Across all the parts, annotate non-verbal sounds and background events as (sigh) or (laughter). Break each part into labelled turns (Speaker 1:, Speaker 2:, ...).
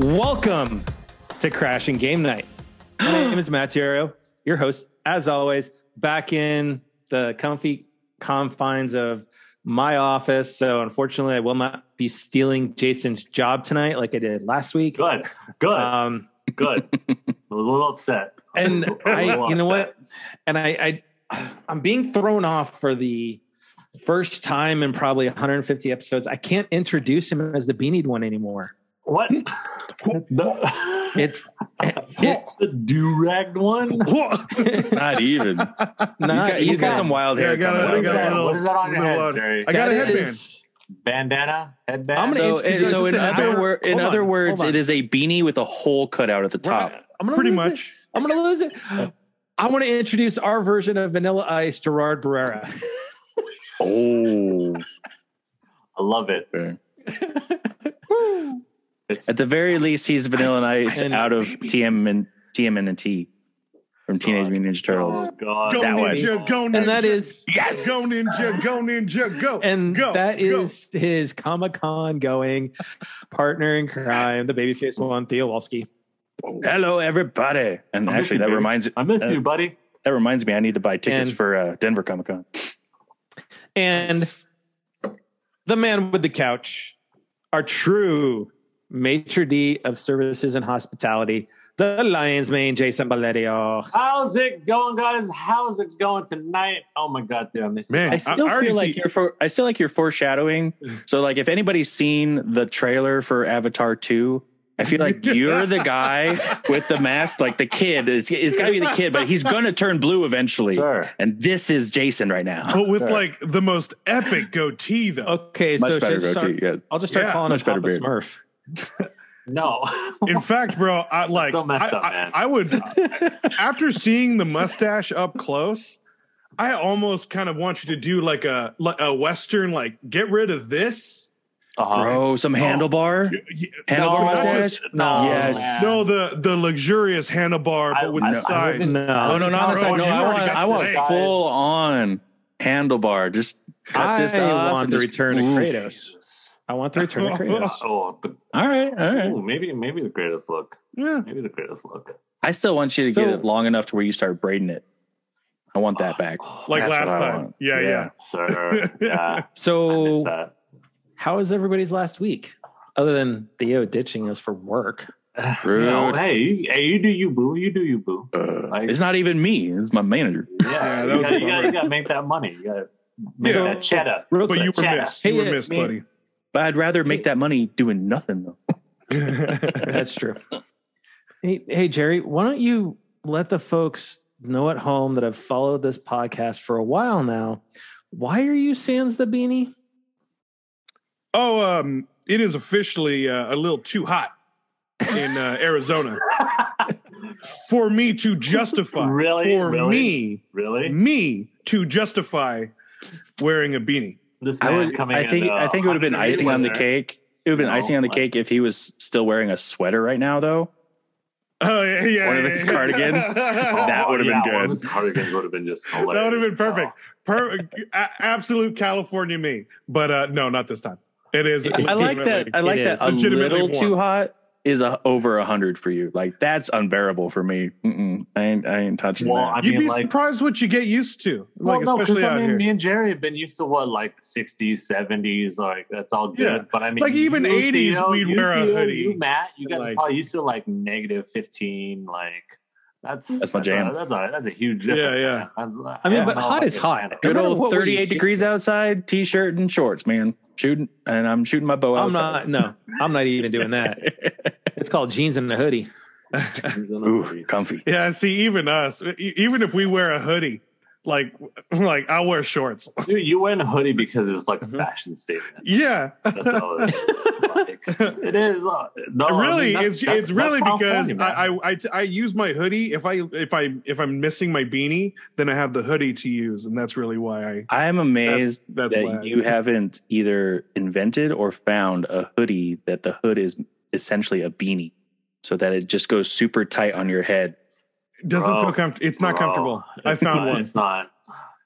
Speaker 1: Welcome to Crashing Game Night. My name (gasps) is Matt Giero, your host, as always, back in the comfy confines of my office. So, unfortunately, I will not be stealing Jason's job tonight like I did last week.
Speaker 2: Good, good,
Speaker 1: Um,
Speaker 2: good. I was a little upset.
Speaker 1: (laughs) and
Speaker 2: A
Speaker 1: I, (laughs)
Speaker 2: little
Speaker 1: you know
Speaker 2: upset.
Speaker 1: what? And I, I, I'm being thrown off for the first time in probably 150 episodes. I can't introduce him as the beanied one anymore.
Speaker 2: What? the,
Speaker 1: (laughs)
Speaker 2: (laughs)
Speaker 1: It's it,
Speaker 2: the
Speaker 1: (laughs)
Speaker 2: do-rag one?
Speaker 3: Not even. he's
Speaker 1: not
Speaker 3: got, he's got
Speaker 1: even.
Speaker 3: some wild
Speaker 4: Yeah,
Speaker 3: hair.
Speaker 4: I got
Speaker 3: coming out of
Speaker 4: it. I got
Speaker 3: there.
Speaker 4: a little.
Speaker 2: What is that on your
Speaker 4: little
Speaker 2: head,
Speaker 4: loud.
Speaker 2: Jerry?
Speaker 4: I got a
Speaker 1: That
Speaker 4: headband.
Speaker 1: is-
Speaker 2: Bandana? Headband?
Speaker 1: I'm gonna
Speaker 3: So, it,
Speaker 1: introduce
Speaker 3: so in
Speaker 4: this to
Speaker 3: other
Speaker 4: Adam.
Speaker 3: wor- in
Speaker 1: Hold on,
Speaker 3: other words,
Speaker 1: hold on.
Speaker 3: it is a beanie with a hole cut out at the
Speaker 1: We're
Speaker 3: top.
Speaker 1: not- I'm gonna
Speaker 4: Pretty
Speaker 1: lose it.
Speaker 4: much.
Speaker 1: I'm gonna lose it. I want to introduce our version of Vanilla Ice, Gerard Barrera.
Speaker 3: Oh.
Speaker 2: I love it.
Speaker 3: Okay.
Speaker 2: It's,
Speaker 3: At the very least, he's Vanilla Ice,
Speaker 1: Ice,
Speaker 3: out of
Speaker 1: baby.
Speaker 3: TM and TM and T from Teenage
Speaker 2: God.
Speaker 3: Mutant Ninja
Speaker 2: oh,
Speaker 3: Turtles.
Speaker 2: God.
Speaker 4: Go
Speaker 3: That way.
Speaker 4: ninja, go ninja,
Speaker 1: And that is
Speaker 3: Yes.
Speaker 4: go ninja, go ninja, go.
Speaker 1: and
Speaker 4: go,
Speaker 1: that
Speaker 4: go.
Speaker 1: is his Comic Con going partner in crime, the babyface one, Theo Walsky.
Speaker 3: Hello, everybody. And
Speaker 2: I miss
Speaker 3: actually,
Speaker 2: you,
Speaker 3: that
Speaker 2: baby.
Speaker 3: reminds
Speaker 2: I miss
Speaker 3: uh,
Speaker 2: you, buddy.
Speaker 3: that reminds me. I need to buy tickets
Speaker 1: And-
Speaker 3: for uh, Denver Comic Con.
Speaker 1: And the man with the couch, our true maitre d of services and hospitality, the Lion's Mane, Jason Valerio.
Speaker 2: How's it going, guys? How's it going tonight? Oh, my God, dude. I miss you.
Speaker 4: man,
Speaker 3: I still
Speaker 4: already
Speaker 3: feel
Speaker 4: see-
Speaker 3: like you're for, I still like you're
Speaker 4: (laughs)
Speaker 3: foreshadowing. So like if anybody's seen the trailer for Avatar 2, I feel like you're the
Speaker 4: (laughs)
Speaker 3: guy with the mask, like the kid is it's gotta be the kid, but he's gonna turn blue eventually.
Speaker 2: Sure.
Speaker 3: And this is Jason right now.
Speaker 4: but with
Speaker 2: Sure.
Speaker 4: like the most epic goatee though.
Speaker 1: Okay,
Speaker 3: Much
Speaker 1: so
Speaker 3: better
Speaker 1: should I
Speaker 3: goatee,
Speaker 1: start-
Speaker 3: yes.
Speaker 1: I'll just start
Speaker 4: Yeah,
Speaker 1: calling him
Speaker 3: much better
Speaker 1: Papa
Speaker 3: beard.
Speaker 1: Smurf.
Speaker 2: No. (laughs)
Speaker 4: In fact, bro, I like
Speaker 2: So messed
Speaker 4: I,
Speaker 2: up,
Speaker 4: I-
Speaker 2: man.
Speaker 4: I would
Speaker 1: (laughs)
Speaker 4: after seeing the mustache up close, I almost kind of want you to do like a like a western like get rid of this. Oh,
Speaker 2: Uh-huh.
Speaker 3: Bro, some handlebar?
Speaker 4: Y- y-
Speaker 3: Handlebar
Speaker 2: No,
Speaker 3: mustache?
Speaker 4: Uh,
Speaker 2: just- no, man.
Speaker 3: yes.
Speaker 4: No, the the luxurious handlebar,
Speaker 2: I-
Speaker 4: but with
Speaker 2: I-
Speaker 4: the
Speaker 2: I
Speaker 4: sides.
Speaker 2: wouldn't-
Speaker 3: Oh no, not on the
Speaker 4: No,
Speaker 3: side. No,
Speaker 4: you
Speaker 3: I
Speaker 4: already
Speaker 3: want
Speaker 4: got
Speaker 3: I want
Speaker 4: today.
Speaker 3: full on handlebar. Just cut
Speaker 1: I
Speaker 3: this off.
Speaker 1: want
Speaker 3: and
Speaker 1: the
Speaker 3: just-
Speaker 1: return of
Speaker 3: Ooh.
Speaker 1: Kratos. I want the
Speaker 4: (laughs)
Speaker 1: return of Kratos.
Speaker 2: Oh, the,
Speaker 3: All right, all right.
Speaker 2: ooh, maybe maybe the greatest look.
Speaker 4: Yeah.
Speaker 2: Maybe the greatest look.
Speaker 3: I still want you to get
Speaker 1: So-
Speaker 3: it long enough to where you start braiding it. I want that back.
Speaker 4: Like
Speaker 3: That's what
Speaker 4: last
Speaker 3: I
Speaker 4: time.
Speaker 3: want.
Speaker 4: Yeah, yeah, (laughs)
Speaker 2: Sir, yeah. I miss
Speaker 1: So,
Speaker 2: that.
Speaker 1: how was everybody's last week? Other than Theo ditching us for work, (laughs)
Speaker 3: Rude.
Speaker 2: No, hey, you, hey, you do you, boo. You do you, boo.
Speaker 3: Uh,
Speaker 2: Like-
Speaker 3: it's not even me. It's my manager.
Speaker 2: Yeah,
Speaker 4: (laughs) Yeah, that
Speaker 2: you,
Speaker 4: was
Speaker 2: gotta,
Speaker 4: a
Speaker 2: you, gotta,
Speaker 4: bummer.
Speaker 2: you gotta make that money. You gotta make
Speaker 4: Yeah.
Speaker 2: that cheddar.
Speaker 1: real
Speaker 4: But you were
Speaker 2: Chad.
Speaker 4: missed. You
Speaker 1: Hey,
Speaker 4: were
Speaker 1: uh,
Speaker 4: missed,
Speaker 1: me-
Speaker 4: buddy.
Speaker 3: But I'd rather make that money doing nothing though.
Speaker 1: That's true. Hey, hey, Jerry, why don't you let the folks know at home that have followed this podcast for a while now? Why are you sans the beanie?
Speaker 4: Oh, um, it is officially uh, a little too hot in uh,
Speaker 2: (laughs)
Speaker 4: Arizona for me to justify.
Speaker 2: Really?
Speaker 4: For
Speaker 2: Really? really?
Speaker 4: me, me to justify wearing a beanie. (laughs)
Speaker 2: This
Speaker 3: I
Speaker 2: man
Speaker 3: would.
Speaker 2: coming
Speaker 3: I
Speaker 2: in,
Speaker 3: think.
Speaker 2: uh,
Speaker 3: I think it would have
Speaker 2: 180
Speaker 3: been icing on the
Speaker 2: weather.
Speaker 3: cake. It would have been
Speaker 2: No,
Speaker 3: icing on the
Speaker 2: like-
Speaker 3: cake if he was still wearing a sweater right now though.
Speaker 4: Oh yeah, yeah,
Speaker 3: One of
Speaker 4: yeah,
Speaker 3: his
Speaker 4: yeah. (laughs)
Speaker 3: cardigans. That would've been
Speaker 2: Oh, one
Speaker 3: good.
Speaker 2: of his cardigans would have been just.
Speaker 4: that would have been perfect. Per- a- absolute California me. But uh, no, not this time. It is.
Speaker 3: I like that. I like
Speaker 1: It
Speaker 3: that.
Speaker 1: is.
Speaker 3: A
Speaker 4: Legitimately
Speaker 3: little
Speaker 4: warm.
Speaker 3: too hot is a, over a hundred for you. Like that's unbearable for me. Mm-mm. I ain't. I ain't touching
Speaker 2: Well,
Speaker 3: that.
Speaker 2: I
Speaker 4: You'd
Speaker 2: mean,
Speaker 4: be
Speaker 2: like-
Speaker 4: surprised what you get used to, like
Speaker 2: well, no, because
Speaker 4: especially
Speaker 2: I
Speaker 4: out
Speaker 2: mean,
Speaker 4: here.
Speaker 2: me and Jerry have been used to what, like sixties, seventies, like that's all good.
Speaker 4: Yeah.
Speaker 2: But I mean,
Speaker 4: Like, even 80s,
Speaker 2: Theo,
Speaker 4: we'd
Speaker 2: you,
Speaker 4: wear a
Speaker 2: Theo,
Speaker 4: hoodie.
Speaker 2: You, Matt, you guys are
Speaker 4: Like-
Speaker 2: probably used to like negative fifteen. Like that's
Speaker 3: That's my
Speaker 2: a-
Speaker 3: jam.
Speaker 2: that's a that's a huge
Speaker 4: Yeah,
Speaker 2: difference.
Speaker 4: yeah.
Speaker 2: That's,
Speaker 1: I mean,
Speaker 2: don't
Speaker 1: but
Speaker 2: know
Speaker 1: hot
Speaker 2: if I
Speaker 1: is
Speaker 2: can
Speaker 1: hot.
Speaker 2: handle it.
Speaker 3: Good
Speaker 1: matter
Speaker 3: old
Speaker 1: what we're
Speaker 3: 38
Speaker 1: eating.
Speaker 3: degrees outside, t-shirt and shorts, man. Shooting, and I'm shooting my bow
Speaker 1: I'm
Speaker 3: outside.
Speaker 1: not. No, I'm not even doing that. It's called jeans and a hoodie. (laughs)
Speaker 2: He's in a
Speaker 3: Ooh,
Speaker 2: hoodie.
Speaker 4: (laughs)
Speaker 3: comfy.
Speaker 4: Yeah, see, even us, e- even if we wear a hoodie, like (laughs) like I wear shorts. (laughs)
Speaker 2: Dude, you wearing a hoodie because it's like a
Speaker 1: Mhm.
Speaker 2: fashion statement.
Speaker 4: Yeah,
Speaker 2: That's all it is. Like, it is. uh, No, I mean,
Speaker 4: really,
Speaker 2: that's-
Speaker 4: it's
Speaker 2: that's-
Speaker 4: it's really
Speaker 2: that's
Speaker 4: because
Speaker 2: California, man.
Speaker 4: I, I I t- I use my hoodie if I if I if I'm missing my beanie, then I have the hoodie to use, and that's really why I.
Speaker 3: I am
Speaker 4: That's,
Speaker 3: amazed
Speaker 4: that's why I-
Speaker 3: that you haven't either invented or found a hoodie that the hood is essentially a beanie, so that it just goes super tight on your head.
Speaker 4: doesn't
Speaker 2: Bro,
Speaker 4: feel comfortable. It's not
Speaker 2: Bro, (laughs)
Speaker 4: comfortable. I
Speaker 2: it's
Speaker 4: found
Speaker 2: not-
Speaker 4: one.
Speaker 2: It's not.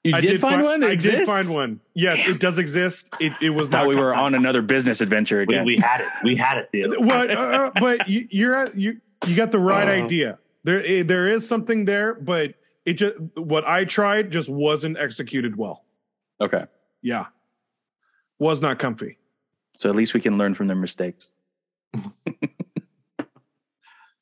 Speaker 3: You did, find
Speaker 4: fi-
Speaker 3: one that
Speaker 4: I
Speaker 3: exists.
Speaker 4: did find one. Yes, it does exist. It, it was
Speaker 3: Thought
Speaker 4: not
Speaker 3: we were on another business adventure
Speaker 2: We,
Speaker 3: again.
Speaker 2: we had it. We had it, (laughs) dude.
Speaker 4: What? Uh, but you, you're at, you you got the right
Speaker 2: Oh.
Speaker 4: idea. There eh, there is something there, but it just what I tried just wasn't executed well.
Speaker 3: okay,
Speaker 4: Yeah, was not comfy.
Speaker 3: so at least we can learn from their mistakes.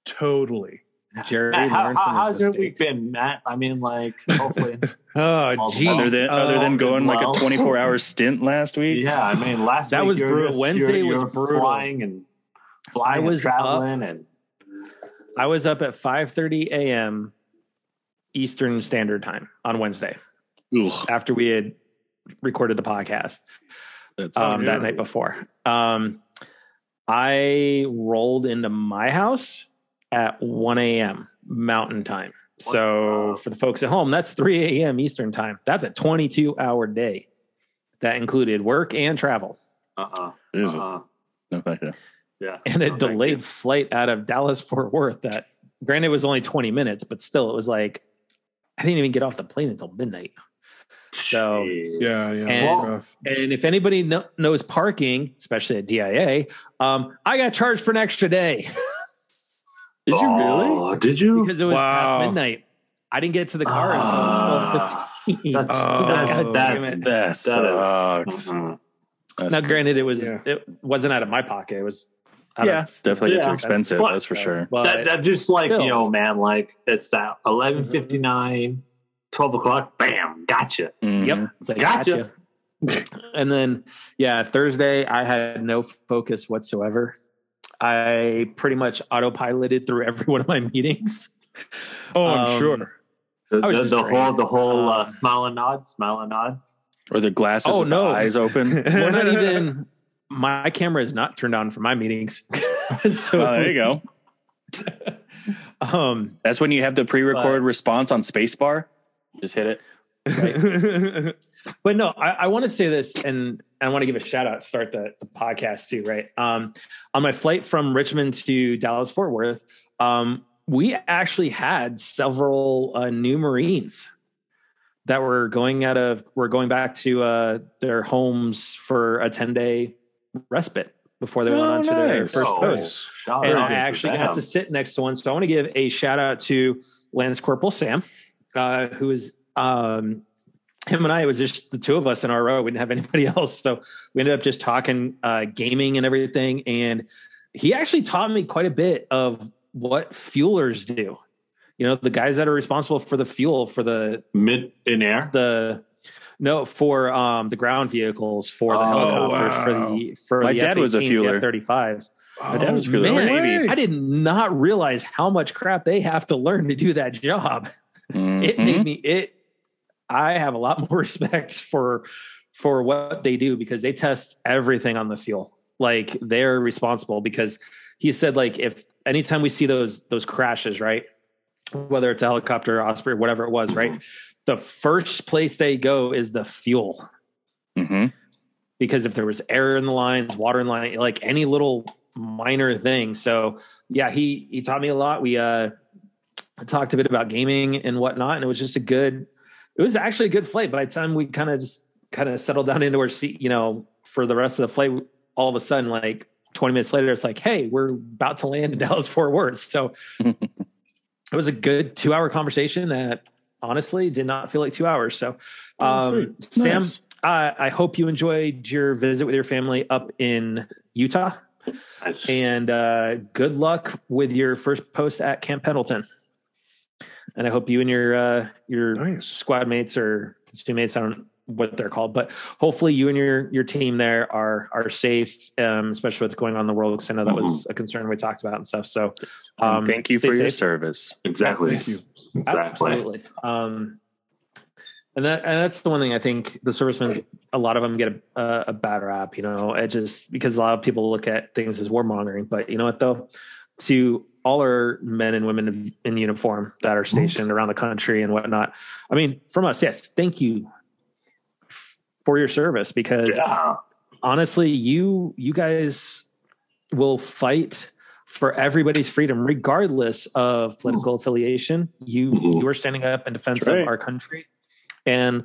Speaker 4: Totally.
Speaker 1: Jerry
Speaker 2: Matt, how,
Speaker 1: learned
Speaker 2: how-
Speaker 1: from his
Speaker 2: how's your
Speaker 1: mistakes.
Speaker 2: week been, Matt? I mean, like,
Speaker 1: (laughs)
Speaker 2: hopefully.
Speaker 1: Oh,
Speaker 2: Other
Speaker 1: geez.
Speaker 3: Other than other
Speaker 1: Oh,
Speaker 3: than
Speaker 2: as
Speaker 3: going like
Speaker 2: well.
Speaker 3: a twenty four hour stint last week.
Speaker 2: yeah, I mean, last
Speaker 1: That
Speaker 2: week
Speaker 1: was
Speaker 2: you were
Speaker 1: brutal.
Speaker 2: just-
Speaker 1: Wednesday
Speaker 2: you were- you
Speaker 1: was
Speaker 2: were
Speaker 1: brutal.
Speaker 2: Flying and
Speaker 1: I
Speaker 2: flying
Speaker 1: was
Speaker 2: and traveling and
Speaker 1: I was up at 5:30 a.m. Eastern Standard Time on Wednesday
Speaker 3: Ugh,
Speaker 1: after we had recorded the podcast.
Speaker 3: that's
Speaker 1: um,
Speaker 4: yeah.
Speaker 1: that night before. Um, I rolled into my house at 1 a.m. Mountain time. So
Speaker 2: Wow.
Speaker 1: for the folks at home, that's 3 a.m. Eastern time. That's a 22 hour day that included work and travel (laughs)
Speaker 2: uh uh
Speaker 3: Jesus.
Speaker 2: uh
Speaker 3: No, thank you.
Speaker 2: yeah,
Speaker 1: and a
Speaker 2: No, thank
Speaker 1: delayed flight out of Dallas Fort Worth that granted was only 20 minutes, but still it was like I didn't even get off the plane until midnight.
Speaker 2: you.
Speaker 1: So-
Speaker 2: Jeez.
Speaker 4: Yeah, yeah.
Speaker 1: And-
Speaker 4: that's rough.
Speaker 1: And if anybody kno- knows parking, especially at DIA, um, I got charged for an extra day.
Speaker 3: Did you really?
Speaker 2: Oh, did you?
Speaker 1: because it was
Speaker 4: Wow.
Speaker 1: past midnight. I didn't get to the car
Speaker 2: Ah,
Speaker 1: until 12:15.
Speaker 2: that's,
Speaker 3: Oh,
Speaker 2: that's,
Speaker 1: God
Speaker 2: that's,
Speaker 1: damn it.
Speaker 3: That
Speaker 1: uh-huh.
Speaker 3: sucks.
Speaker 2: mhm.
Speaker 3: That's-
Speaker 1: now, granted, it was
Speaker 4: Yeah.
Speaker 1: it wasn't out of my pocket. It was out
Speaker 3: yeah,
Speaker 1: of,
Speaker 3: definitely get
Speaker 2: Yeah.
Speaker 3: too expensive.
Speaker 2: But-
Speaker 3: That's for sure.
Speaker 1: But
Speaker 2: that, that just like
Speaker 1: still. Mm-hmm.
Speaker 2: you know, man, like it's that 11:59, 12 o'clock, bam, gotcha.
Speaker 3: Mhm.
Speaker 1: yep, it's like,
Speaker 2: Gotcha.
Speaker 1: gotcha. and then yeah, Thursday I had no focus whatsoever. I pretty much autopiloted through every (laughs) one of my meetings.
Speaker 4: Oh, I'm
Speaker 1: Um,
Speaker 4: sure.
Speaker 2: The,
Speaker 1: I was
Speaker 2: the-
Speaker 1: just
Speaker 2: the
Speaker 1: drained.
Speaker 2: whole, the whole uh,
Speaker 1: Um,
Speaker 2: smile and nod, smile and nod.
Speaker 3: Or the glasses
Speaker 1: Oh,
Speaker 3: with
Speaker 1: no.
Speaker 3: the
Speaker 1: (laughs)
Speaker 3: eyes open. Uh,
Speaker 1: We're not
Speaker 3: (laughs)
Speaker 1: even. My camera is not turned on for my meetings. (laughs) so
Speaker 3: Oh, there you go.
Speaker 1: um
Speaker 3: That's when you have the pre-recorded response on spacebar. Just hit it.
Speaker 1: (laughs) But no, I, I want to say this, and I want to give a shout out. Start the, the podcast too, right? Um, on my flight from Richmond to Dallas Fort Worth, um, we actually had several uh, new Marines that were going out of were going back to uh, their homes for a ten day respite before they went
Speaker 3: Oh,
Speaker 1: on to their
Speaker 3: nice.
Speaker 1: first
Speaker 2: Oh,
Speaker 1: post
Speaker 2: shout
Speaker 1: and
Speaker 2: out
Speaker 1: I
Speaker 2: to
Speaker 1: actually
Speaker 2: them.
Speaker 1: got to sit next to one. So I want to give a shout out to Lance Corporal Sam, uh, who is um, him and I. It was just the two of us in our row. We didn't have anybody (laughs) else, so we ended up just talking uh, gaming and everything. And he actually taught me quite a bit of what fuelers do. You know, the guys that are responsible for the fuel for the
Speaker 2: mid in air.
Speaker 1: the no for um the ground vehicles for the
Speaker 2: Oh,
Speaker 1: helicopters
Speaker 4: wow.
Speaker 1: for the for
Speaker 3: My
Speaker 1: the
Speaker 3: dad was a fueler.
Speaker 1: thirty fives.
Speaker 4: oh,
Speaker 3: dad was really-
Speaker 4: no
Speaker 1: Man,
Speaker 4: way.
Speaker 1: I did not realize how much crap they have to learn to do that job. It
Speaker 3: Mhm.
Speaker 1: made me it I have a lot (laughs) more respect for for what they do because they test everything on the fuel. Like they're responsible because he said like if anytime we see those those crashes, right? Whether it's a helicopter, Osprey, whatever it was, right? The first place they go is the fuel
Speaker 3: Mhm.
Speaker 1: because if there was air in the lines, water in the line, like any little minor thing. So yeah, he he taught me a lot. We uh talked a bit about gaming and whatnot, and it was just a good. It was actually a good flight. By the time we kind of just kind of settled down into our seat, you know, for the rest of the flight, all of a sudden, like twenty minutes later, it's like, hey, we're about to land in (laughs) Dallas Fort Worth. So it was a good two hour conversation that honestly did not feel like two hours. So um, Sam,
Speaker 3: Nice.
Speaker 1: I, I hope you enjoyed your visit with your family up in Utah,
Speaker 2: Nice.
Speaker 1: and uh, good luck with your first post at Camp Pendleton. And I hope you and your uh, your
Speaker 4: Nice.
Speaker 1: squad mates or teammates, I don't know what they're called, but hopefully you and your your team there are are safe, um, especially what's going on in the world. Because I know that was a concern we talked about and stuff. So Um,
Speaker 3: Thank you
Speaker 1: stay
Speaker 3: for your
Speaker 1: safe.
Speaker 3: service.
Speaker 2: exactly.
Speaker 4: Thank you.
Speaker 2: Exactly.
Speaker 1: Absolutely. Um, and that and that's the one thing I think the servicemen, a lot of them get a, a, a bad rap, you know, it just because a lot of people look at things as war mongering. But you know what though, to all our men and women of- in uniform that
Speaker 2: Mm-hmm.
Speaker 1: are stationed around the country and whatnot, I mean, from us, yes, thank you for your service because
Speaker 2: Yeah.
Speaker 1: honestly, you you guys will fight for everybody's freedom, regardless of political affiliation. You
Speaker 2: Mhm.
Speaker 1: you are standing up in defense
Speaker 3: That's Hmm. Mm-hmm. right.
Speaker 1: of our country, and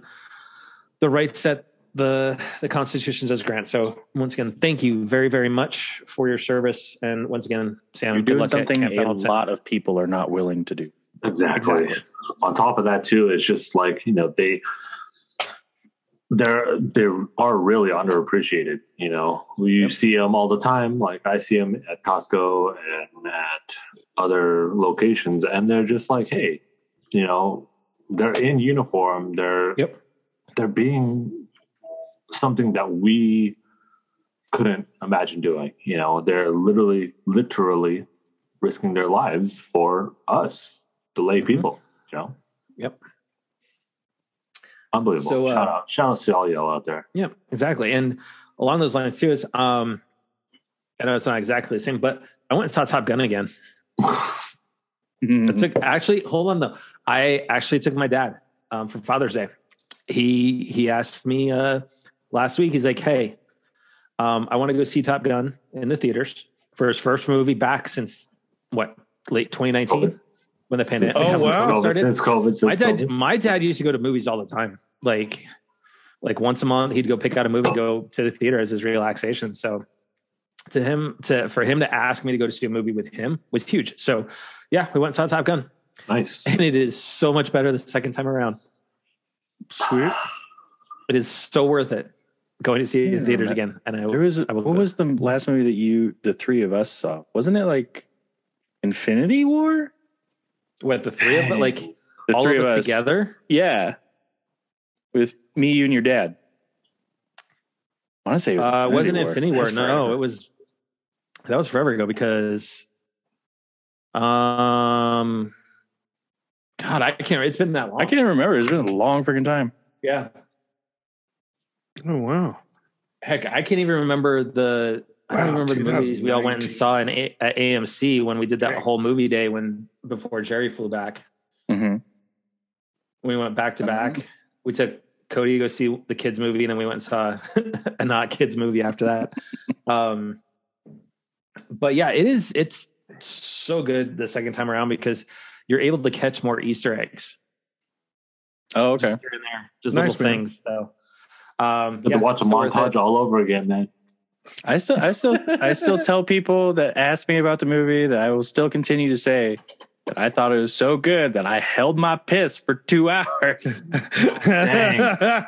Speaker 1: the rights that the the Constitution does grant. So once again, thank you very very much for your service. And once again, Sam,
Speaker 3: You're
Speaker 1: good
Speaker 3: doing
Speaker 1: luck at
Speaker 3: something
Speaker 1: Camp
Speaker 3: a
Speaker 1: Pendleton.
Speaker 3: lot of people are not willing to do.
Speaker 2: Exactly. On top of that, too, it's just like you know they they're they are really underappreciated. You know, you see them all the time. Like I see them at Costco and at other locations, and they're just like, hey, you know, they're in uniform. They're
Speaker 1: Yep.
Speaker 2: they're being something that we couldn't imagine doing. You know, they're literally literally risking their lives for us, the lay
Speaker 1: Mhm.
Speaker 2: people. You know.
Speaker 1: Yep.
Speaker 2: Unbelievable!
Speaker 1: So, uh,
Speaker 2: shout out, shout out to all y'all out there.
Speaker 1: Yeah, exactly. And along those lines too is um I know it's not exactly the same, but I went and saw Top Gun again.
Speaker 3: Mm-hmm.
Speaker 1: I took
Speaker 4: Mm-hmm.
Speaker 1: actually hold on though. I actually took my dad um, for Father's Day. He he asked me uh, last week. He's like, "Hey, um, I want to go see Top Gun in the theaters for his first movie back since what late 2019
Speaker 2: COVID.
Speaker 1: (laughs) when the pandemic
Speaker 4: Oh,
Speaker 2: Since
Speaker 4: wow.
Speaker 2: COVID,
Speaker 1: started."
Speaker 2: Since COVID, since
Speaker 1: my dad
Speaker 2: COVID.
Speaker 1: my dad used to go to movies all the time like like once a month he'd go pick out a movie go to the theater as his relaxation so to him to for him to ask me to go to see a movie with him was huge so yeah we went and saw top gun (laughs)
Speaker 2: nice.
Speaker 1: and it is so much better the second time around
Speaker 4: Sweet.
Speaker 1: it is so worth it going to see it in
Speaker 3: Yeah,
Speaker 1: theaters
Speaker 3: man.
Speaker 1: again and i
Speaker 3: There was
Speaker 1: I will
Speaker 3: what
Speaker 1: go.
Speaker 3: was the last movie that you the three of us saw? Wasn't it like Infinity War?
Speaker 1: with the three of but like
Speaker 3: The
Speaker 1: all
Speaker 3: three
Speaker 1: of us, together
Speaker 3: Yeah. With me, you, and your dad. I want to say it was
Speaker 1: uh,
Speaker 3: Infinity
Speaker 1: wasn't
Speaker 3: War.
Speaker 1: Infinity War.
Speaker 3: That's
Speaker 1: No,
Speaker 3: forever.
Speaker 1: it was that was forever ago because um God, I can't it's been that long.
Speaker 3: I can't even remember. It's been a long freaking time.
Speaker 1: yeah.
Speaker 4: Oh wow.
Speaker 1: Heck, I can't even remember the I don't
Speaker 4: Wow,
Speaker 1: remember the movies we all went and
Speaker 4: 2019.
Speaker 1: saw in a- at AMC when we did that
Speaker 4: Dang.
Speaker 1: whole movie day when before Jerry flew back.
Speaker 3: Mm-hmm.
Speaker 1: We went back to
Speaker 3: I don't
Speaker 2: Uh-huh.
Speaker 1: back. We took Cody to go see the kids movie, and then we went and saw (laughs) a not kids movie after
Speaker 2: (laughs)
Speaker 1: that. um, but yeah, it is. It's so good the second time around because you're able to catch more Easter eggs.
Speaker 3: Oh, okay.
Speaker 1: Just here and there, just
Speaker 4: Nice,
Speaker 1: little
Speaker 4: man.
Speaker 1: things. So, um,
Speaker 2: Get
Speaker 1: yeah,
Speaker 2: to watch a
Speaker 1: so worth
Speaker 2: montage
Speaker 1: it.
Speaker 2: all over again, man.
Speaker 3: I still, I still, I still tell people that ask me about the movie that I will still continue to say that I thought it was so good that I held my piss for two (laughs) hours.
Speaker 4: (laughs)
Speaker 2: Dang.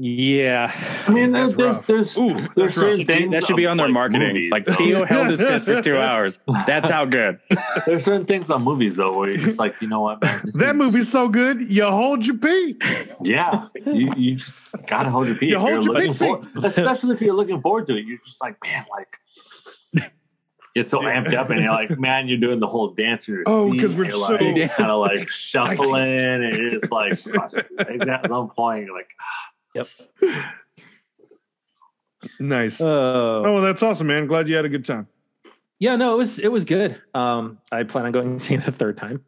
Speaker 1: Yeah,
Speaker 2: I mean, there's
Speaker 4: That's
Speaker 2: there's,
Speaker 4: rough.
Speaker 2: there's,
Speaker 4: Ooh,
Speaker 2: there's
Speaker 4: that's rough.
Speaker 2: certain things
Speaker 3: That should be
Speaker 2: of,
Speaker 3: on their
Speaker 2: like,
Speaker 3: marketing.
Speaker 2: movies,
Speaker 3: like
Speaker 2: though.
Speaker 3: Theo held his piss
Speaker 1: (laughs)
Speaker 3: for two hours. That's how good.
Speaker 2: there's certain things on movies though where you're just like, you know what, man, this
Speaker 4: that
Speaker 2: is-
Speaker 4: movie's so good, you hold your pee.
Speaker 1: (laughs)
Speaker 2: Yeah, you, you just gotta hold your pee.
Speaker 4: You
Speaker 2: if
Speaker 4: hold
Speaker 2: you're
Speaker 4: your
Speaker 2: looking
Speaker 4: pee.
Speaker 2: forward- especially if you're looking forward to it. You're just like, man, like you're so amped up, and you're like, man, you're doing the whole dance. in your
Speaker 4: Oh,
Speaker 2: seat,
Speaker 4: 'cause we're
Speaker 2: you're
Speaker 4: so
Speaker 2: like, kind of like
Speaker 4: (laughs) excited.
Speaker 2: shuffling, and you're just like, gosh, at some point, you're like,
Speaker 4: Nice.
Speaker 1: oh,
Speaker 4: oh, that's awesome, man. Glad you had a good time.
Speaker 1: yeah no it was it was good um i plan on going (laughs) and seeing it a third time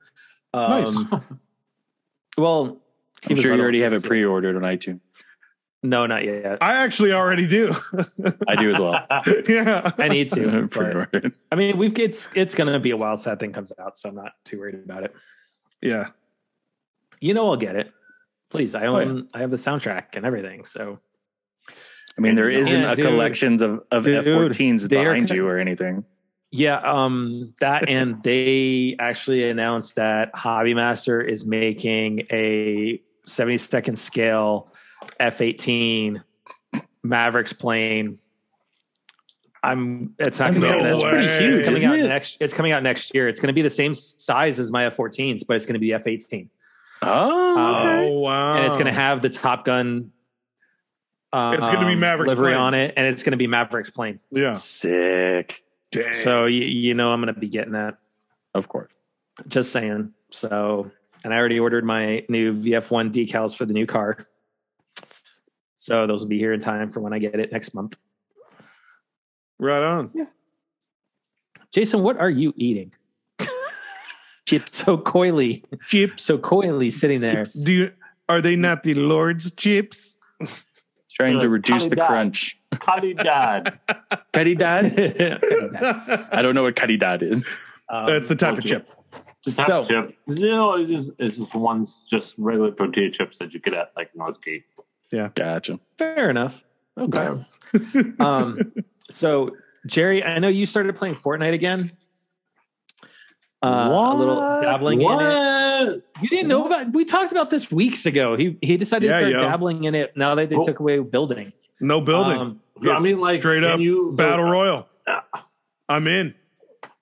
Speaker 1: um well
Speaker 3: I'm sure you already have it
Speaker 1: it
Speaker 3: pre-ordered on iTunes.
Speaker 1: no not
Speaker 2: (laughs)
Speaker 1: yet
Speaker 4: I actually already do. (laughs)
Speaker 3: I do as
Speaker 1: (laughs)
Speaker 3: well.
Speaker 4: yeah.
Speaker 1: i need to but,
Speaker 3: (laughs) Pre-ordered.
Speaker 1: i mean we've it's it's gonna be a while till that thing comes out so i'm not too worried about it
Speaker 4: Yeah.
Speaker 1: you know i'll get it please i
Speaker 3: Oh, yeah.
Speaker 1: own i have the soundtrack and everything so
Speaker 3: I mean, there
Speaker 2: Yeah,
Speaker 3: isn't a
Speaker 1: dude.
Speaker 3: collections of, of
Speaker 1: Dude,
Speaker 3: F-14s
Speaker 1: they are
Speaker 3: behind
Speaker 1: con-
Speaker 3: you or anything.
Speaker 1: yeah um that
Speaker 3: (laughs)
Speaker 1: and they actually announced that hobby master is making a 70 second scale f-18 mavericks plane i'm it's not gonna
Speaker 4: No
Speaker 1: be
Speaker 4: That's pretty way.
Speaker 1: it's
Speaker 4: huge,
Speaker 1: coming
Speaker 3: isn't
Speaker 1: out
Speaker 3: it?
Speaker 1: next it's coming out next year it's gonna be the same size as my f-14s but it's gonna be f-18
Speaker 3: Oh, okay.
Speaker 4: Oh wow.
Speaker 1: and it's gonna have the top gun uh,
Speaker 4: It's gonna be Mavericks
Speaker 1: livery
Speaker 4: plane.
Speaker 1: on it and it's gonna be mavericks plane
Speaker 4: Yeah.
Speaker 3: sick.
Speaker 4: Dang.
Speaker 1: so you, you know i'm gonna be getting that
Speaker 3: Of course.
Speaker 1: Just saying. So, and I already ordered my new VF1 decals for the new car. So those will be here in time for when I get it next month.
Speaker 4: right on.
Speaker 1: Jason, what are you eating? Chips. So coyly,
Speaker 4: Chips.
Speaker 1: so coyly sitting there.
Speaker 4: Do you are they not the Lord's chips?
Speaker 3: Trying to
Speaker 2: Like,
Speaker 3: reduce the
Speaker 2: Cali Dad.
Speaker 3: crunch.
Speaker 2: Cali Dad.
Speaker 3: Cutty Dad?
Speaker 1: Um,
Speaker 3: I don't know what Cutty Dad is.
Speaker 4: (laughs)
Speaker 3: (laughs)
Speaker 4: That's the type
Speaker 2: told
Speaker 4: of
Speaker 2: you.
Speaker 4: chip.
Speaker 1: (laughs) Um, So-
Speaker 2: chip. You know, it's just, it's just ones, just regular tortilla chips that you get at like Northgate.
Speaker 3: Gotcha.
Speaker 1: Fair enough. Okay.
Speaker 2: Um,
Speaker 1: um, so Jerry, I know you started playing Fortnite again. Uh, A little
Speaker 2: What?
Speaker 1: dabbling
Speaker 2: what?
Speaker 1: in it. You didn't know about. We talked about this weeks ago. He he decided to
Speaker 4: Yeah,
Speaker 1: start
Speaker 4: yo.
Speaker 1: dabbling in it. Now that they
Speaker 2: Oh.
Speaker 1: took away building.
Speaker 4: No building.
Speaker 1: Um,
Speaker 2: I mean, like
Speaker 4: straight
Speaker 2: can
Speaker 4: up
Speaker 2: you,
Speaker 4: Battle Royal.
Speaker 2: Yeah.
Speaker 4: I'm in.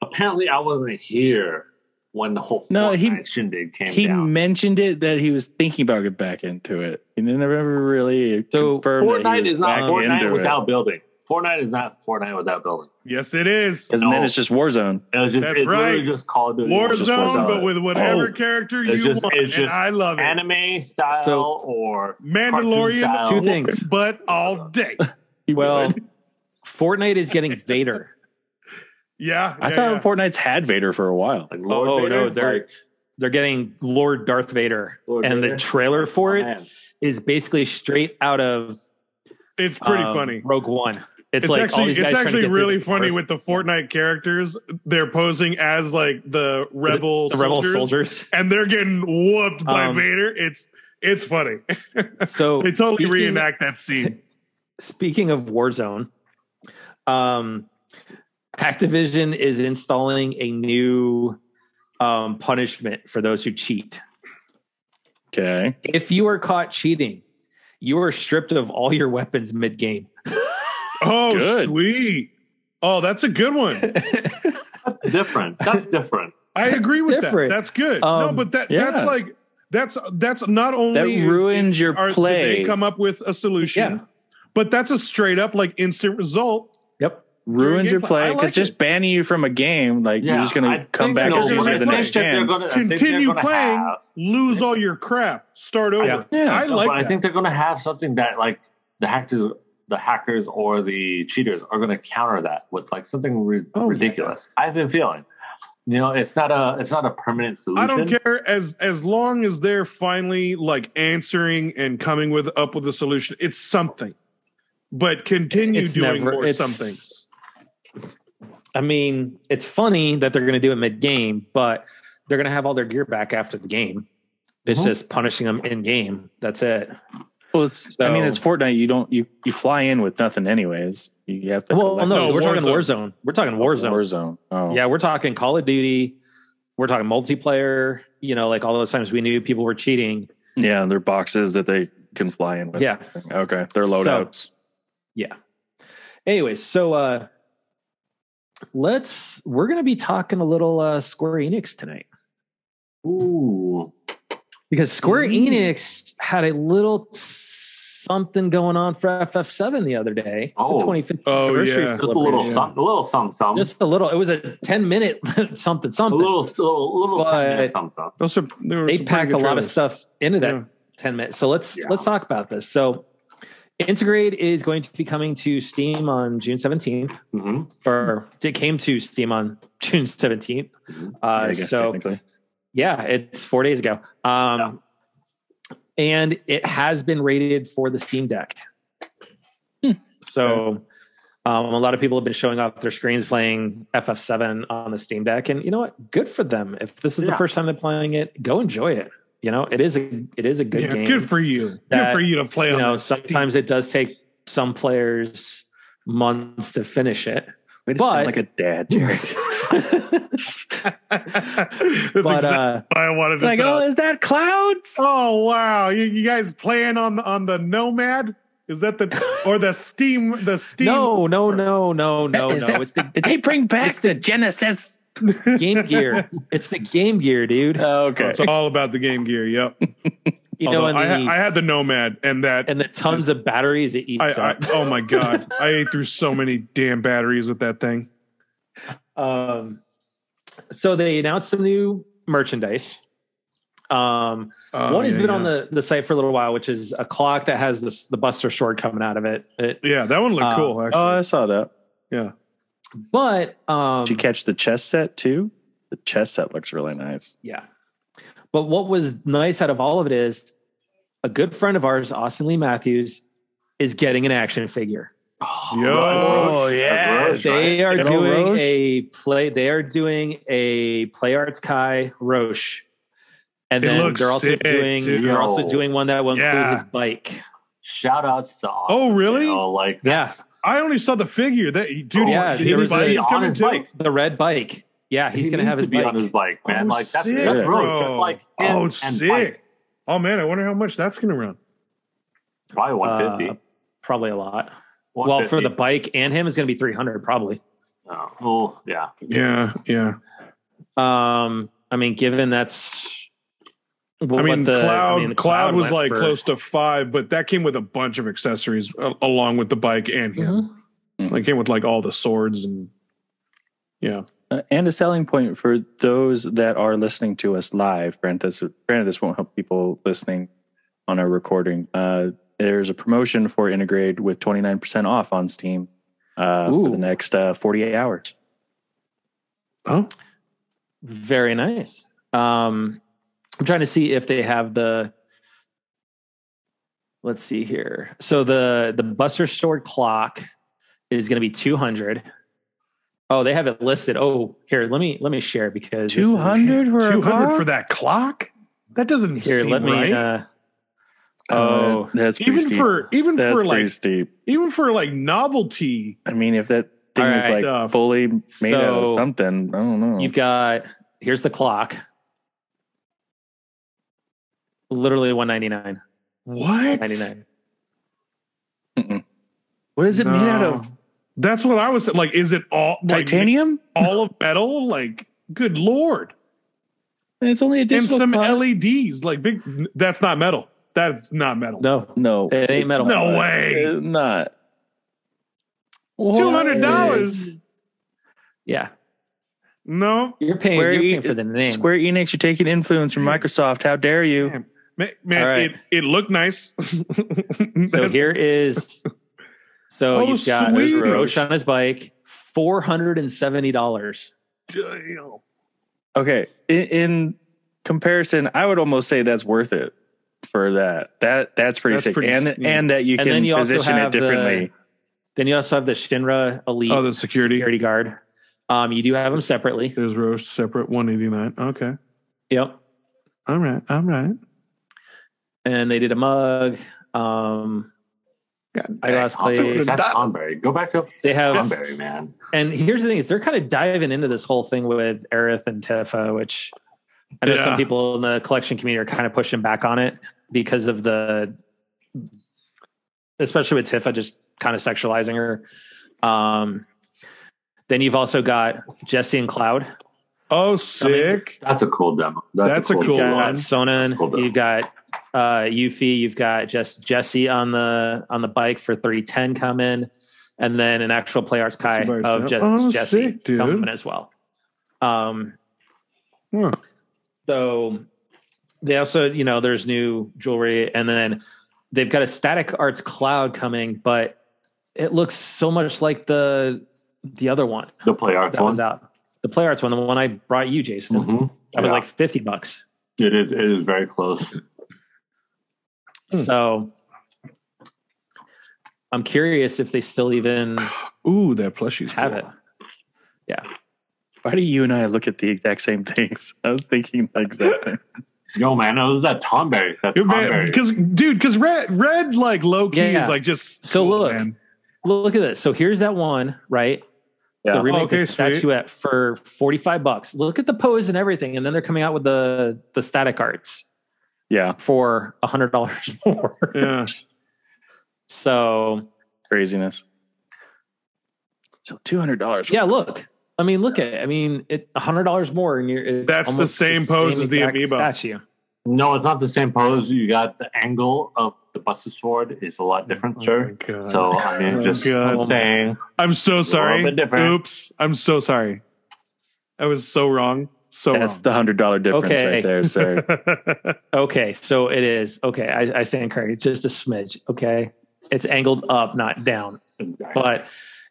Speaker 2: Apparently, I wasn't here when the whole
Speaker 3: No, he-
Speaker 2: Fortnite shindig came
Speaker 3: He
Speaker 2: down.
Speaker 3: mentioned it that he was thinking about getting back into it. He never really
Speaker 1: So,
Speaker 3: confirmed that he
Speaker 2: Fortnite
Speaker 3: was
Speaker 2: is not
Speaker 3: back into
Speaker 2: Fortnite
Speaker 3: it.
Speaker 2: without building. Fortnite is not Fortnite without building.
Speaker 4: Yes, it is.
Speaker 3: Because then
Speaker 2: No.
Speaker 3: it's just Warzone.
Speaker 2: It was just,
Speaker 4: That's
Speaker 2: it's literally
Speaker 4: right.
Speaker 2: just Call of Duty.
Speaker 4: Warzone,
Speaker 2: It's just
Speaker 4: but with whatever
Speaker 3: Oh,
Speaker 4: character
Speaker 2: it's
Speaker 4: you
Speaker 2: just-
Speaker 4: want.
Speaker 2: it's
Speaker 4: and
Speaker 2: just
Speaker 4: I love it.
Speaker 2: anime style
Speaker 1: So-
Speaker 2: or
Speaker 4: Mandalorian,
Speaker 2: style.
Speaker 1: Two things.
Speaker 4: (laughs) but all day. (laughs)
Speaker 1: Well, Fortnite is getting Vader.
Speaker 4: Yeah,
Speaker 3: I
Speaker 4: yeah,
Speaker 3: thought
Speaker 4: yeah.
Speaker 3: Fortnite's had Vader for a while.
Speaker 2: like Lord
Speaker 1: oh,
Speaker 2: Vader,
Speaker 1: no, they're-
Speaker 2: like,
Speaker 1: They're getting Lord Darth Vader,
Speaker 2: Lord
Speaker 1: and
Speaker 2: Vader?
Speaker 1: the trailer for
Speaker 4: Oh,
Speaker 1: it is
Speaker 2: man.
Speaker 1: basically straight out of
Speaker 4: it's pretty
Speaker 1: um,
Speaker 4: funny.
Speaker 1: Rogue One. It's,
Speaker 4: It's,
Speaker 1: like all
Speaker 4: actually
Speaker 1: these
Speaker 4: it's
Speaker 1: guys trying to
Speaker 4: actually
Speaker 1: get through
Speaker 4: really
Speaker 1: the
Speaker 4: funny
Speaker 1: door.
Speaker 4: with the Fortnite characters. They're posing as like the rebel
Speaker 1: the rebel
Speaker 4: soldiers,
Speaker 1: soldiers.
Speaker 4: (laughs) and they're getting whooped by
Speaker 1: Um,
Speaker 4: Vader. It's it's funny.
Speaker 1: So
Speaker 4: they totally
Speaker 1: speaking-
Speaker 4: reenact that scene.
Speaker 1: Speaking of Warzone, um, Activision is installing a new um, punishment for those who cheat.
Speaker 3: Okay.
Speaker 1: If you are caught cheating, you are stripped of all your weapons mid-game.
Speaker 4: (laughs) Oh,
Speaker 3: Good.
Speaker 4: sweet. Oh, that's a good one.
Speaker 2: That's different. That's different.
Speaker 4: I agree with
Speaker 1: different.
Speaker 4: that. That's good. no,
Speaker 1: Um,
Speaker 4: but that
Speaker 3: yeah.
Speaker 4: that's like that's that's not only
Speaker 3: That
Speaker 4: is-
Speaker 3: ruins your
Speaker 4: are- did
Speaker 3: play.
Speaker 4: They come up with a solution,
Speaker 1: Yeah.
Speaker 4: but that's a straight up like instant result.
Speaker 1: Yep.
Speaker 3: Ruins your
Speaker 4: gameplay.
Speaker 3: play
Speaker 4: I
Speaker 3: because
Speaker 4: like
Speaker 3: just
Speaker 4: it.
Speaker 3: banning you from a game, like
Speaker 2: Yeah,
Speaker 3: (laughs) you're just gonna
Speaker 2: I
Speaker 3: come
Speaker 2: think
Speaker 3: back
Speaker 2: I
Speaker 3: as
Speaker 2: know
Speaker 3: soon as
Speaker 4: what
Speaker 3: you have the
Speaker 4: I
Speaker 3: next
Speaker 2: think they're
Speaker 3: chance.
Speaker 2: gonna- I think they're
Speaker 4: Continue
Speaker 2: gonna
Speaker 4: playing,
Speaker 2: have-
Speaker 4: lose all your crap, start over.
Speaker 3: Yeah.
Speaker 4: I
Speaker 2: No, but I
Speaker 4: like that.
Speaker 2: think they're going to have something that like the hackers, the hackers or the cheaters are going to counter that with like something ri-
Speaker 1: Oh, my
Speaker 2: ridiculous. I've been feeling, you know, it's not a it's not a permanent solution.
Speaker 4: I don't care as as long as they're finally like answering and coming with up with a solution. It's something, but continue
Speaker 1: It's
Speaker 4: doing
Speaker 1: never-
Speaker 4: more
Speaker 1: it's-
Speaker 4: something.
Speaker 1: I mean, it's funny that they're going to do it mid-game, but they're going to have all their gear back after the game. It's
Speaker 2: Mhm.
Speaker 1: just punishing them in game. That's it.
Speaker 3: Well, it's, I mean,
Speaker 1: So-
Speaker 3: it's Fortnite. You don't you you fly in with nothing, anyways. You have to.
Speaker 1: Well,
Speaker 3: collect-
Speaker 1: no,
Speaker 4: No,
Speaker 1: we're talking Warzone. We're talking Warzone.
Speaker 3: Warzone. Oh,
Speaker 1: Yeah, we're talking Call of Duty. We're talking multiplayer. You know, like all those times we knew people were cheating.
Speaker 3: yeah. They're boxes that they can fly in with.
Speaker 1: Yeah.
Speaker 3: Okay. They're
Speaker 1: So-
Speaker 3: loadouts.
Speaker 1: Anyways, so uh let's we're gonna be talking a little uh Square Enix tonight
Speaker 2: Ooh,
Speaker 1: because Square
Speaker 2: Mm.
Speaker 1: Enix had a little something going on for FF7 the other day.
Speaker 2: Oh.
Speaker 1: the 25th
Speaker 4: Oh,
Speaker 1: anniversary
Speaker 4: yeah.
Speaker 2: just a little
Speaker 1: celebration.
Speaker 2: something, a little something, something.
Speaker 1: Just a little. It was a 10 minute (laughs) something
Speaker 2: a
Speaker 1: something.
Speaker 2: little, little, little
Speaker 1: But-
Speaker 2: something. something.
Speaker 4: Those are, there were
Speaker 1: they
Speaker 4: some pretty
Speaker 1: packed
Speaker 4: good
Speaker 1: a lot of
Speaker 4: trailers.
Speaker 1: stuff into that
Speaker 4: Yeah.
Speaker 1: 10 minutes so let's
Speaker 2: Yeah.
Speaker 1: let's talk about this so integrate is going to be coming to steam on june 17th
Speaker 2: hmm
Speaker 1: or it came to steam on (laughs) june 17th
Speaker 2: Mhm.
Speaker 1: uh,
Speaker 3: I guess
Speaker 1: so
Speaker 3: technically.
Speaker 1: yeah it's four days ago um, and it has been rated for the steam deck so um, a lot of people have been showing off their screens playing ff7 on the steam deck and you know what good for them if this is
Speaker 2: Yeah.
Speaker 1: the first time they're playing it go enjoy it you know it is a it is a good
Speaker 4: Yeah,
Speaker 1: game
Speaker 4: Good for you.
Speaker 1: That,
Speaker 4: good for you to play
Speaker 1: you
Speaker 4: on
Speaker 1: know
Speaker 4: that Steam. (laughs)
Speaker 1: sometimes it does take some players months to finish it (laughs)
Speaker 3: Way to
Speaker 1: but-
Speaker 3: sound like a dad, Jerry.
Speaker 4: That's
Speaker 1: but
Speaker 4: exactly
Speaker 1: uh
Speaker 4: what I wanted to
Speaker 3: like,
Speaker 4: say.
Speaker 3: oh, (laughs)
Speaker 4: Oh,
Speaker 3: is that clouds?
Speaker 4: wow, you, you guys playing on the on the Nomad? Is that the
Speaker 1: (laughs)
Speaker 4: or the Steam the Steam?
Speaker 1: no no no no no
Speaker 3: Is
Speaker 1: no
Speaker 3: that-
Speaker 1: it's the
Speaker 3: Did they bring back the, Genesis?
Speaker 4: (laughs)
Speaker 1: game gear it's the game gear dude
Speaker 3: Oh, okay.
Speaker 4: It's all about the Game Gear. Yep.
Speaker 1: you know
Speaker 4: Although
Speaker 1: and the,
Speaker 4: I, ha- I had the Nomad, and that
Speaker 1: and the tons of batteries it eats
Speaker 4: I, I
Speaker 1: up
Speaker 4: oh
Speaker 1: (laughs)
Speaker 4: my god, I ate through so many damn batteries with that thing.
Speaker 1: um so they announced some new merchandise um
Speaker 4: Uh,
Speaker 1: one has
Speaker 4: yeah,
Speaker 1: been
Speaker 4: yeah.
Speaker 1: on the the site for a little while which is a clock that has this the buster sword coming out of it, it
Speaker 4: yeah. That one looked
Speaker 1: Uh,
Speaker 4: cool actually.
Speaker 3: Oh, I saw that.
Speaker 1: but um
Speaker 3: Did you catch the chess set too? The chess set looks really nice.
Speaker 1: Yeah. But what was nice out of all of it is a good friend of ours, Austin Lee Matthews, is getting an action figure.
Speaker 4: Yo.
Speaker 2: That's gross.
Speaker 1: They are
Speaker 3: Good old
Speaker 1: doing
Speaker 3: Roche?
Speaker 1: a play. They are doing a Play Arts Kai Roche, and
Speaker 4: It
Speaker 1: then
Speaker 4: looks
Speaker 1: they're also
Speaker 4: sick,
Speaker 1: doing
Speaker 4: dude.
Speaker 1: they're also doing one that will include
Speaker 4: Yeah.
Speaker 1: his bike.
Speaker 2: Shout outs to Austin,
Speaker 4: Oh, really?
Speaker 2: You know, like
Speaker 1: Yeah,
Speaker 4: I only saw the figure. That dude,
Speaker 1: Oh,
Speaker 4: he's-
Speaker 1: yeah,
Speaker 4: he's,
Speaker 1: there was
Speaker 4: bike-
Speaker 1: a-
Speaker 4: he's
Speaker 2: on
Speaker 4: coming
Speaker 2: his
Speaker 4: too.
Speaker 2: bike.
Speaker 1: the red bike. Yeah, he's
Speaker 2: He
Speaker 1: gonna have his
Speaker 2: needs to be
Speaker 1: bike.
Speaker 2: on his bike, man.
Speaker 4: Oh,
Speaker 2: like that's
Speaker 4: sick,
Speaker 2: that's
Speaker 4: bro.
Speaker 2: roach. That's like
Speaker 4: oh,
Speaker 2: his and
Speaker 4: sick.
Speaker 2: bike.
Speaker 4: Oh man, I wonder how much that's gonna run.
Speaker 2: Probably one fifty.
Speaker 1: Uh, probably a lot. Well, for the bike and him, it's gonna be three hundred probably.
Speaker 2: oh, well, yeah,
Speaker 4: Yeah, yeah.
Speaker 1: Um, I mean, given that's.
Speaker 4: I
Speaker 1: what
Speaker 4: mean,
Speaker 1: the- I
Speaker 4: cloud,
Speaker 1: mean, the
Speaker 4: cloud was
Speaker 1: went
Speaker 4: like
Speaker 1: for-
Speaker 4: close to five, but that came with a bunch of accessories uh, along with the bike and him.
Speaker 3: Mhm.
Speaker 4: Like came with like all the swords and yeah.
Speaker 3: Uh, and a selling point for those that are listening to us live. Granted, this, granted, this won't help people listening on our recording. Uh, there's a promotion for Integrate with 29% off on Steam uh, for
Speaker 1: Ooh.
Speaker 3: the next uh, 48 hours.
Speaker 4: Oh,
Speaker 1: Very nice. Um, I'm trying to see if they have the. Let's see here. So the the Buster Sword clock is going to be 200. Oh, they have it listed. Oh, here, let me let me share because this is-
Speaker 3: 200 for
Speaker 4: two
Speaker 3: 200
Speaker 4: hundred for that clock? That doesn't
Speaker 1: Here,
Speaker 4: seem
Speaker 1: let me.
Speaker 4: right.
Speaker 1: Uh,
Speaker 3: Oh, that's pretty
Speaker 4: even
Speaker 3: steep.
Speaker 4: for
Speaker 3: (laughs)
Speaker 4: even
Speaker 3: that's
Speaker 4: for
Speaker 3: pretty
Speaker 4: like
Speaker 3: steep.
Speaker 4: even for like novelty.
Speaker 3: I mean, if that thing
Speaker 1: All
Speaker 3: is
Speaker 1: right,
Speaker 3: like
Speaker 4: uh,
Speaker 3: fully made out of
Speaker 1: so-
Speaker 3: something, I don't know.
Speaker 1: you've got here's the clock. Literally 199.
Speaker 4: What?
Speaker 1: 99.
Speaker 3: what is it made out
Speaker 4: No.
Speaker 3: of?
Speaker 4: That's what I was like. Is it all like,
Speaker 3: Titanium?
Speaker 4: all of metal? Like, good lord!
Speaker 3: It's only a
Speaker 4: And
Speaker 3: digital
Speaker 4: some
Speaker 3: clock.
Speaker 4: LEDs. Like, big. That's not metal. That's not metal.
Speaker 1: No.
Speaker 3: No,
Speaker 1: It ain't
Speaker 3: it's
Speaker 1: metal.
Speaker 4: No
Speaker 3: not.
Speaker 4: way.
Speaker 3: It's not.
Speaker 4: Two hundred dollars.
Speaker 1: Yeah.
Speaker 4: No,
Speaker 1: You're paying,
Speaker 3: Where
Speaker 1: you're
Speaker 3: you-
Speaker 1: paying for the name.
Speaker 3: Square Enix, you're taking influence from Microsoft. How dare you?
Speaker 4: Damn. Ma- man,
Speaker 1: All right.
Speaker 4: it, it looked nice.
Speaker 1: (laughs)
Speaker 4: (laughs)
Speaker 1: So here is so
Speaker 4: Oh,
Speaker 1: you've got
Speaker 4: sweet.
Speaker 1: Roche on his bike, four hundred and seventy dollars.
Speaker 4: Damn.
Speaker 3: Okay. In, in comparison, I would almost say that's worth it for that. That that's pretty
Speaker 4: That's
Speaker 3: sick.
Speaker 4: pretty
Speaker 3: and
Speaker 4: sweet.
Speaker 3: and that you
Speaker 1: And
Speaker 3: can
Speaker 1: then you also
Speaker 3: position it
Speaker 1: have the-
Speaker 3: differently.
Speaker 1: Then you also have the Shinra Elite
Speaker 4: Oh, the security.
Speaker 1: security guard. Um, you do have them separately.
Speaker 4: There's Roche separate one eighty nine. Okay,
Speaker 1: Yep.
Speaker 4: all right, all right.
Speaker 1: And they did a mug. Um,
Speaker 4: God,
Speaker 1: eyeglass clay.
Speaker 2: that's Conberry. Go back to
Speaker 1: They have,
Speaker 2: Conberry, man.
Speaker 1: and here's the thing: is they're kind of diving into this whole thing with Aerith and Tifa, which I know
Speaker 4: Yeah.
Speaker 1: some people in the collection community are kind of pushing back on it because of the, especially with Tifa, just kind of sexualizing her. Um, then you've also got Jesse and Cloud,
Speaker 4: Oh, sick.
Speaker 2: That's a cool demo. That's,
Speaker 4: That's a cool
Speaker 1: you've
Speaker 2: demo.
Speaker 1: got
Speaker 4: one.
Speaker 1: Sonnen,
Speaker 2: That's cool, though.
Speaker 1: you've got uh, Yuffie, you've got just Jesse on the on the bike for three ten come in, and then an actual play arts Kai
Speaker 4: Somebody
Speaker 1: of
Speaker 4: said-
Speaker 1: just
Speaker 4: Oh,
Speaker 1: Jesse
Speaker 4: sick, dude.
Speaker 1: coming as well. Um,
Speaker 4: Huh.
Speaker 1: so they also, you know, there's new jewelry, and then they've got a static arts cloud coming, but it looks so much like the the other one
Speaker 2: The play arts
Speaker 1: that was
Speaker 2: one.
Speaker 1: out. The play arts one, the one I brought you, Jason.
Speaker 4: Mm-hmm.
Speaker 2: Mhm.
Speaker 1: That was
Speaker 2: Yeah.
Speaker 1: like fifty bucks.
Speaker 2: it is. It is very close.
Speaker 4: Hmm.
Speaker 1: So I'm curious if they still even
Speaker 4: Ooh, that plushie's
Speaker 1: have
Speaker 4: cool.
Speaker 1: it.
Speaker 3: Why do you and I look at the exact same things? (laughs) I was thinking the exact thing.
Speaker 2: Yo, man, it was that Tomberry. That
Speaker 4: Yeah, man,
Speaker 2: Tomberry.
Speaker 4: because dude, because red, red, like low key
Speaker 1: Yeah.
Speaker 4: is like just
Speaker 1: So look. (laughs)
Speaker 4: man.
Speaker 1: Look at this. So here's that one, right?
Speaker 3: Yeah.
Speaker 1: The remake
Speaker 4: Okay,
Speaker 1: okay,
Speaker 4: sweet.
Speaker 1: statuette for 45 bucks. Look at the pose and everything. And then they're coming out with the the static arts
Speaker 3: Yeah,
Speaker 1: for a hundred dollars (laughs) more.
Speaker 4: Yeah,
Speaker 1: so
Speaker 3: craziness. So two hundred dollars.
Speaker 1: yeah, look. I mean, look at it. I mean, it a hundred dollars more and you're it's
Speaker 4: That's the
Speaker 1: almost
Speaker 4: same pose as the
Speaker 1: exact
Speaker 4: amiibo.
Speaker 1: statue.
Speaker 2: No, it's not the same pose. You got the angle of the Buster Sword is a lot different, sir.
Speaker 4: Oh, my God.
Speaker 2: So I mean,
Speaker 4: Oh,
Speaker 2: just
Speaker 4: God.
Speaker 2: I'm saying.
Speaker 4: I'm so sorry.
Speaker 2: bit different.
Speaker 4: Oops, I'm so sorry. I was so wrong. So
Speaker 3: That's the hundred dollar difference
Speaker 1: Okay.
Speaker 3: right there, (laughs) sir.
Speaker 4: wrong. (laughs)
Speaker 1: Okay, so it is. Okay, I, I stand corrected. It's just a smidge. Okay. It's angled up, not down. but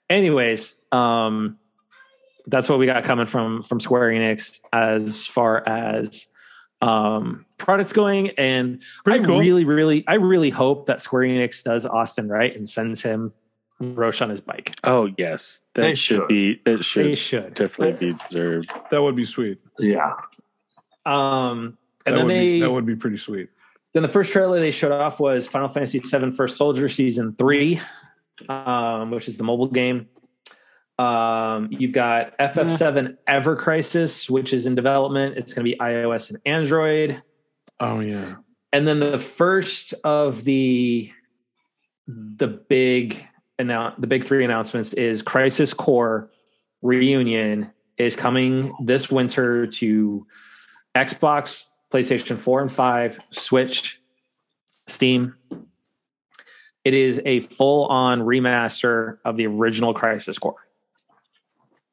Speaker 1: anyways um that's what we got coming from from square enix as far as um products going and
Speaker 4: Pretty
Speaker 1: i
Speaker 4: cool.
Speaker 1: really really i really hope that square enix does austin right and sends him Roche on his bike.
Speaker 3: Oh yes, that
Speaker 2: They
Speaker 3: should,
Speaker 2: should.
Speaker 3: be. That
Speaker 1: They
Speaker 3: should
Speaker 1: should.
Speaker 3: definitely be deserved.
Speaker 4: That would be sweet.
Speaker 2: Yeah.
Speaker 1: Um,
Speaker 4: That
Speaker 1: and then
Speaker 4: would
Speaker 1: they
Speaker 4: be, that would be pretty sweet.
Speaker 1: then the first trailer they showed off was Final Fantasy VII First Soldier Season Three, um, which is the mobile game. Um, you've got FF7 Ever Crisis, which is in development. It's going to be iOS and Android.
Speaker 4: Oh yeah.
Speaker 1: and then the first of the the big annou- the big three announcements is crisis core reunion is coming this winter to xbox playstation 4 and 5 switch steam it is a full-on remaster of the original crisis core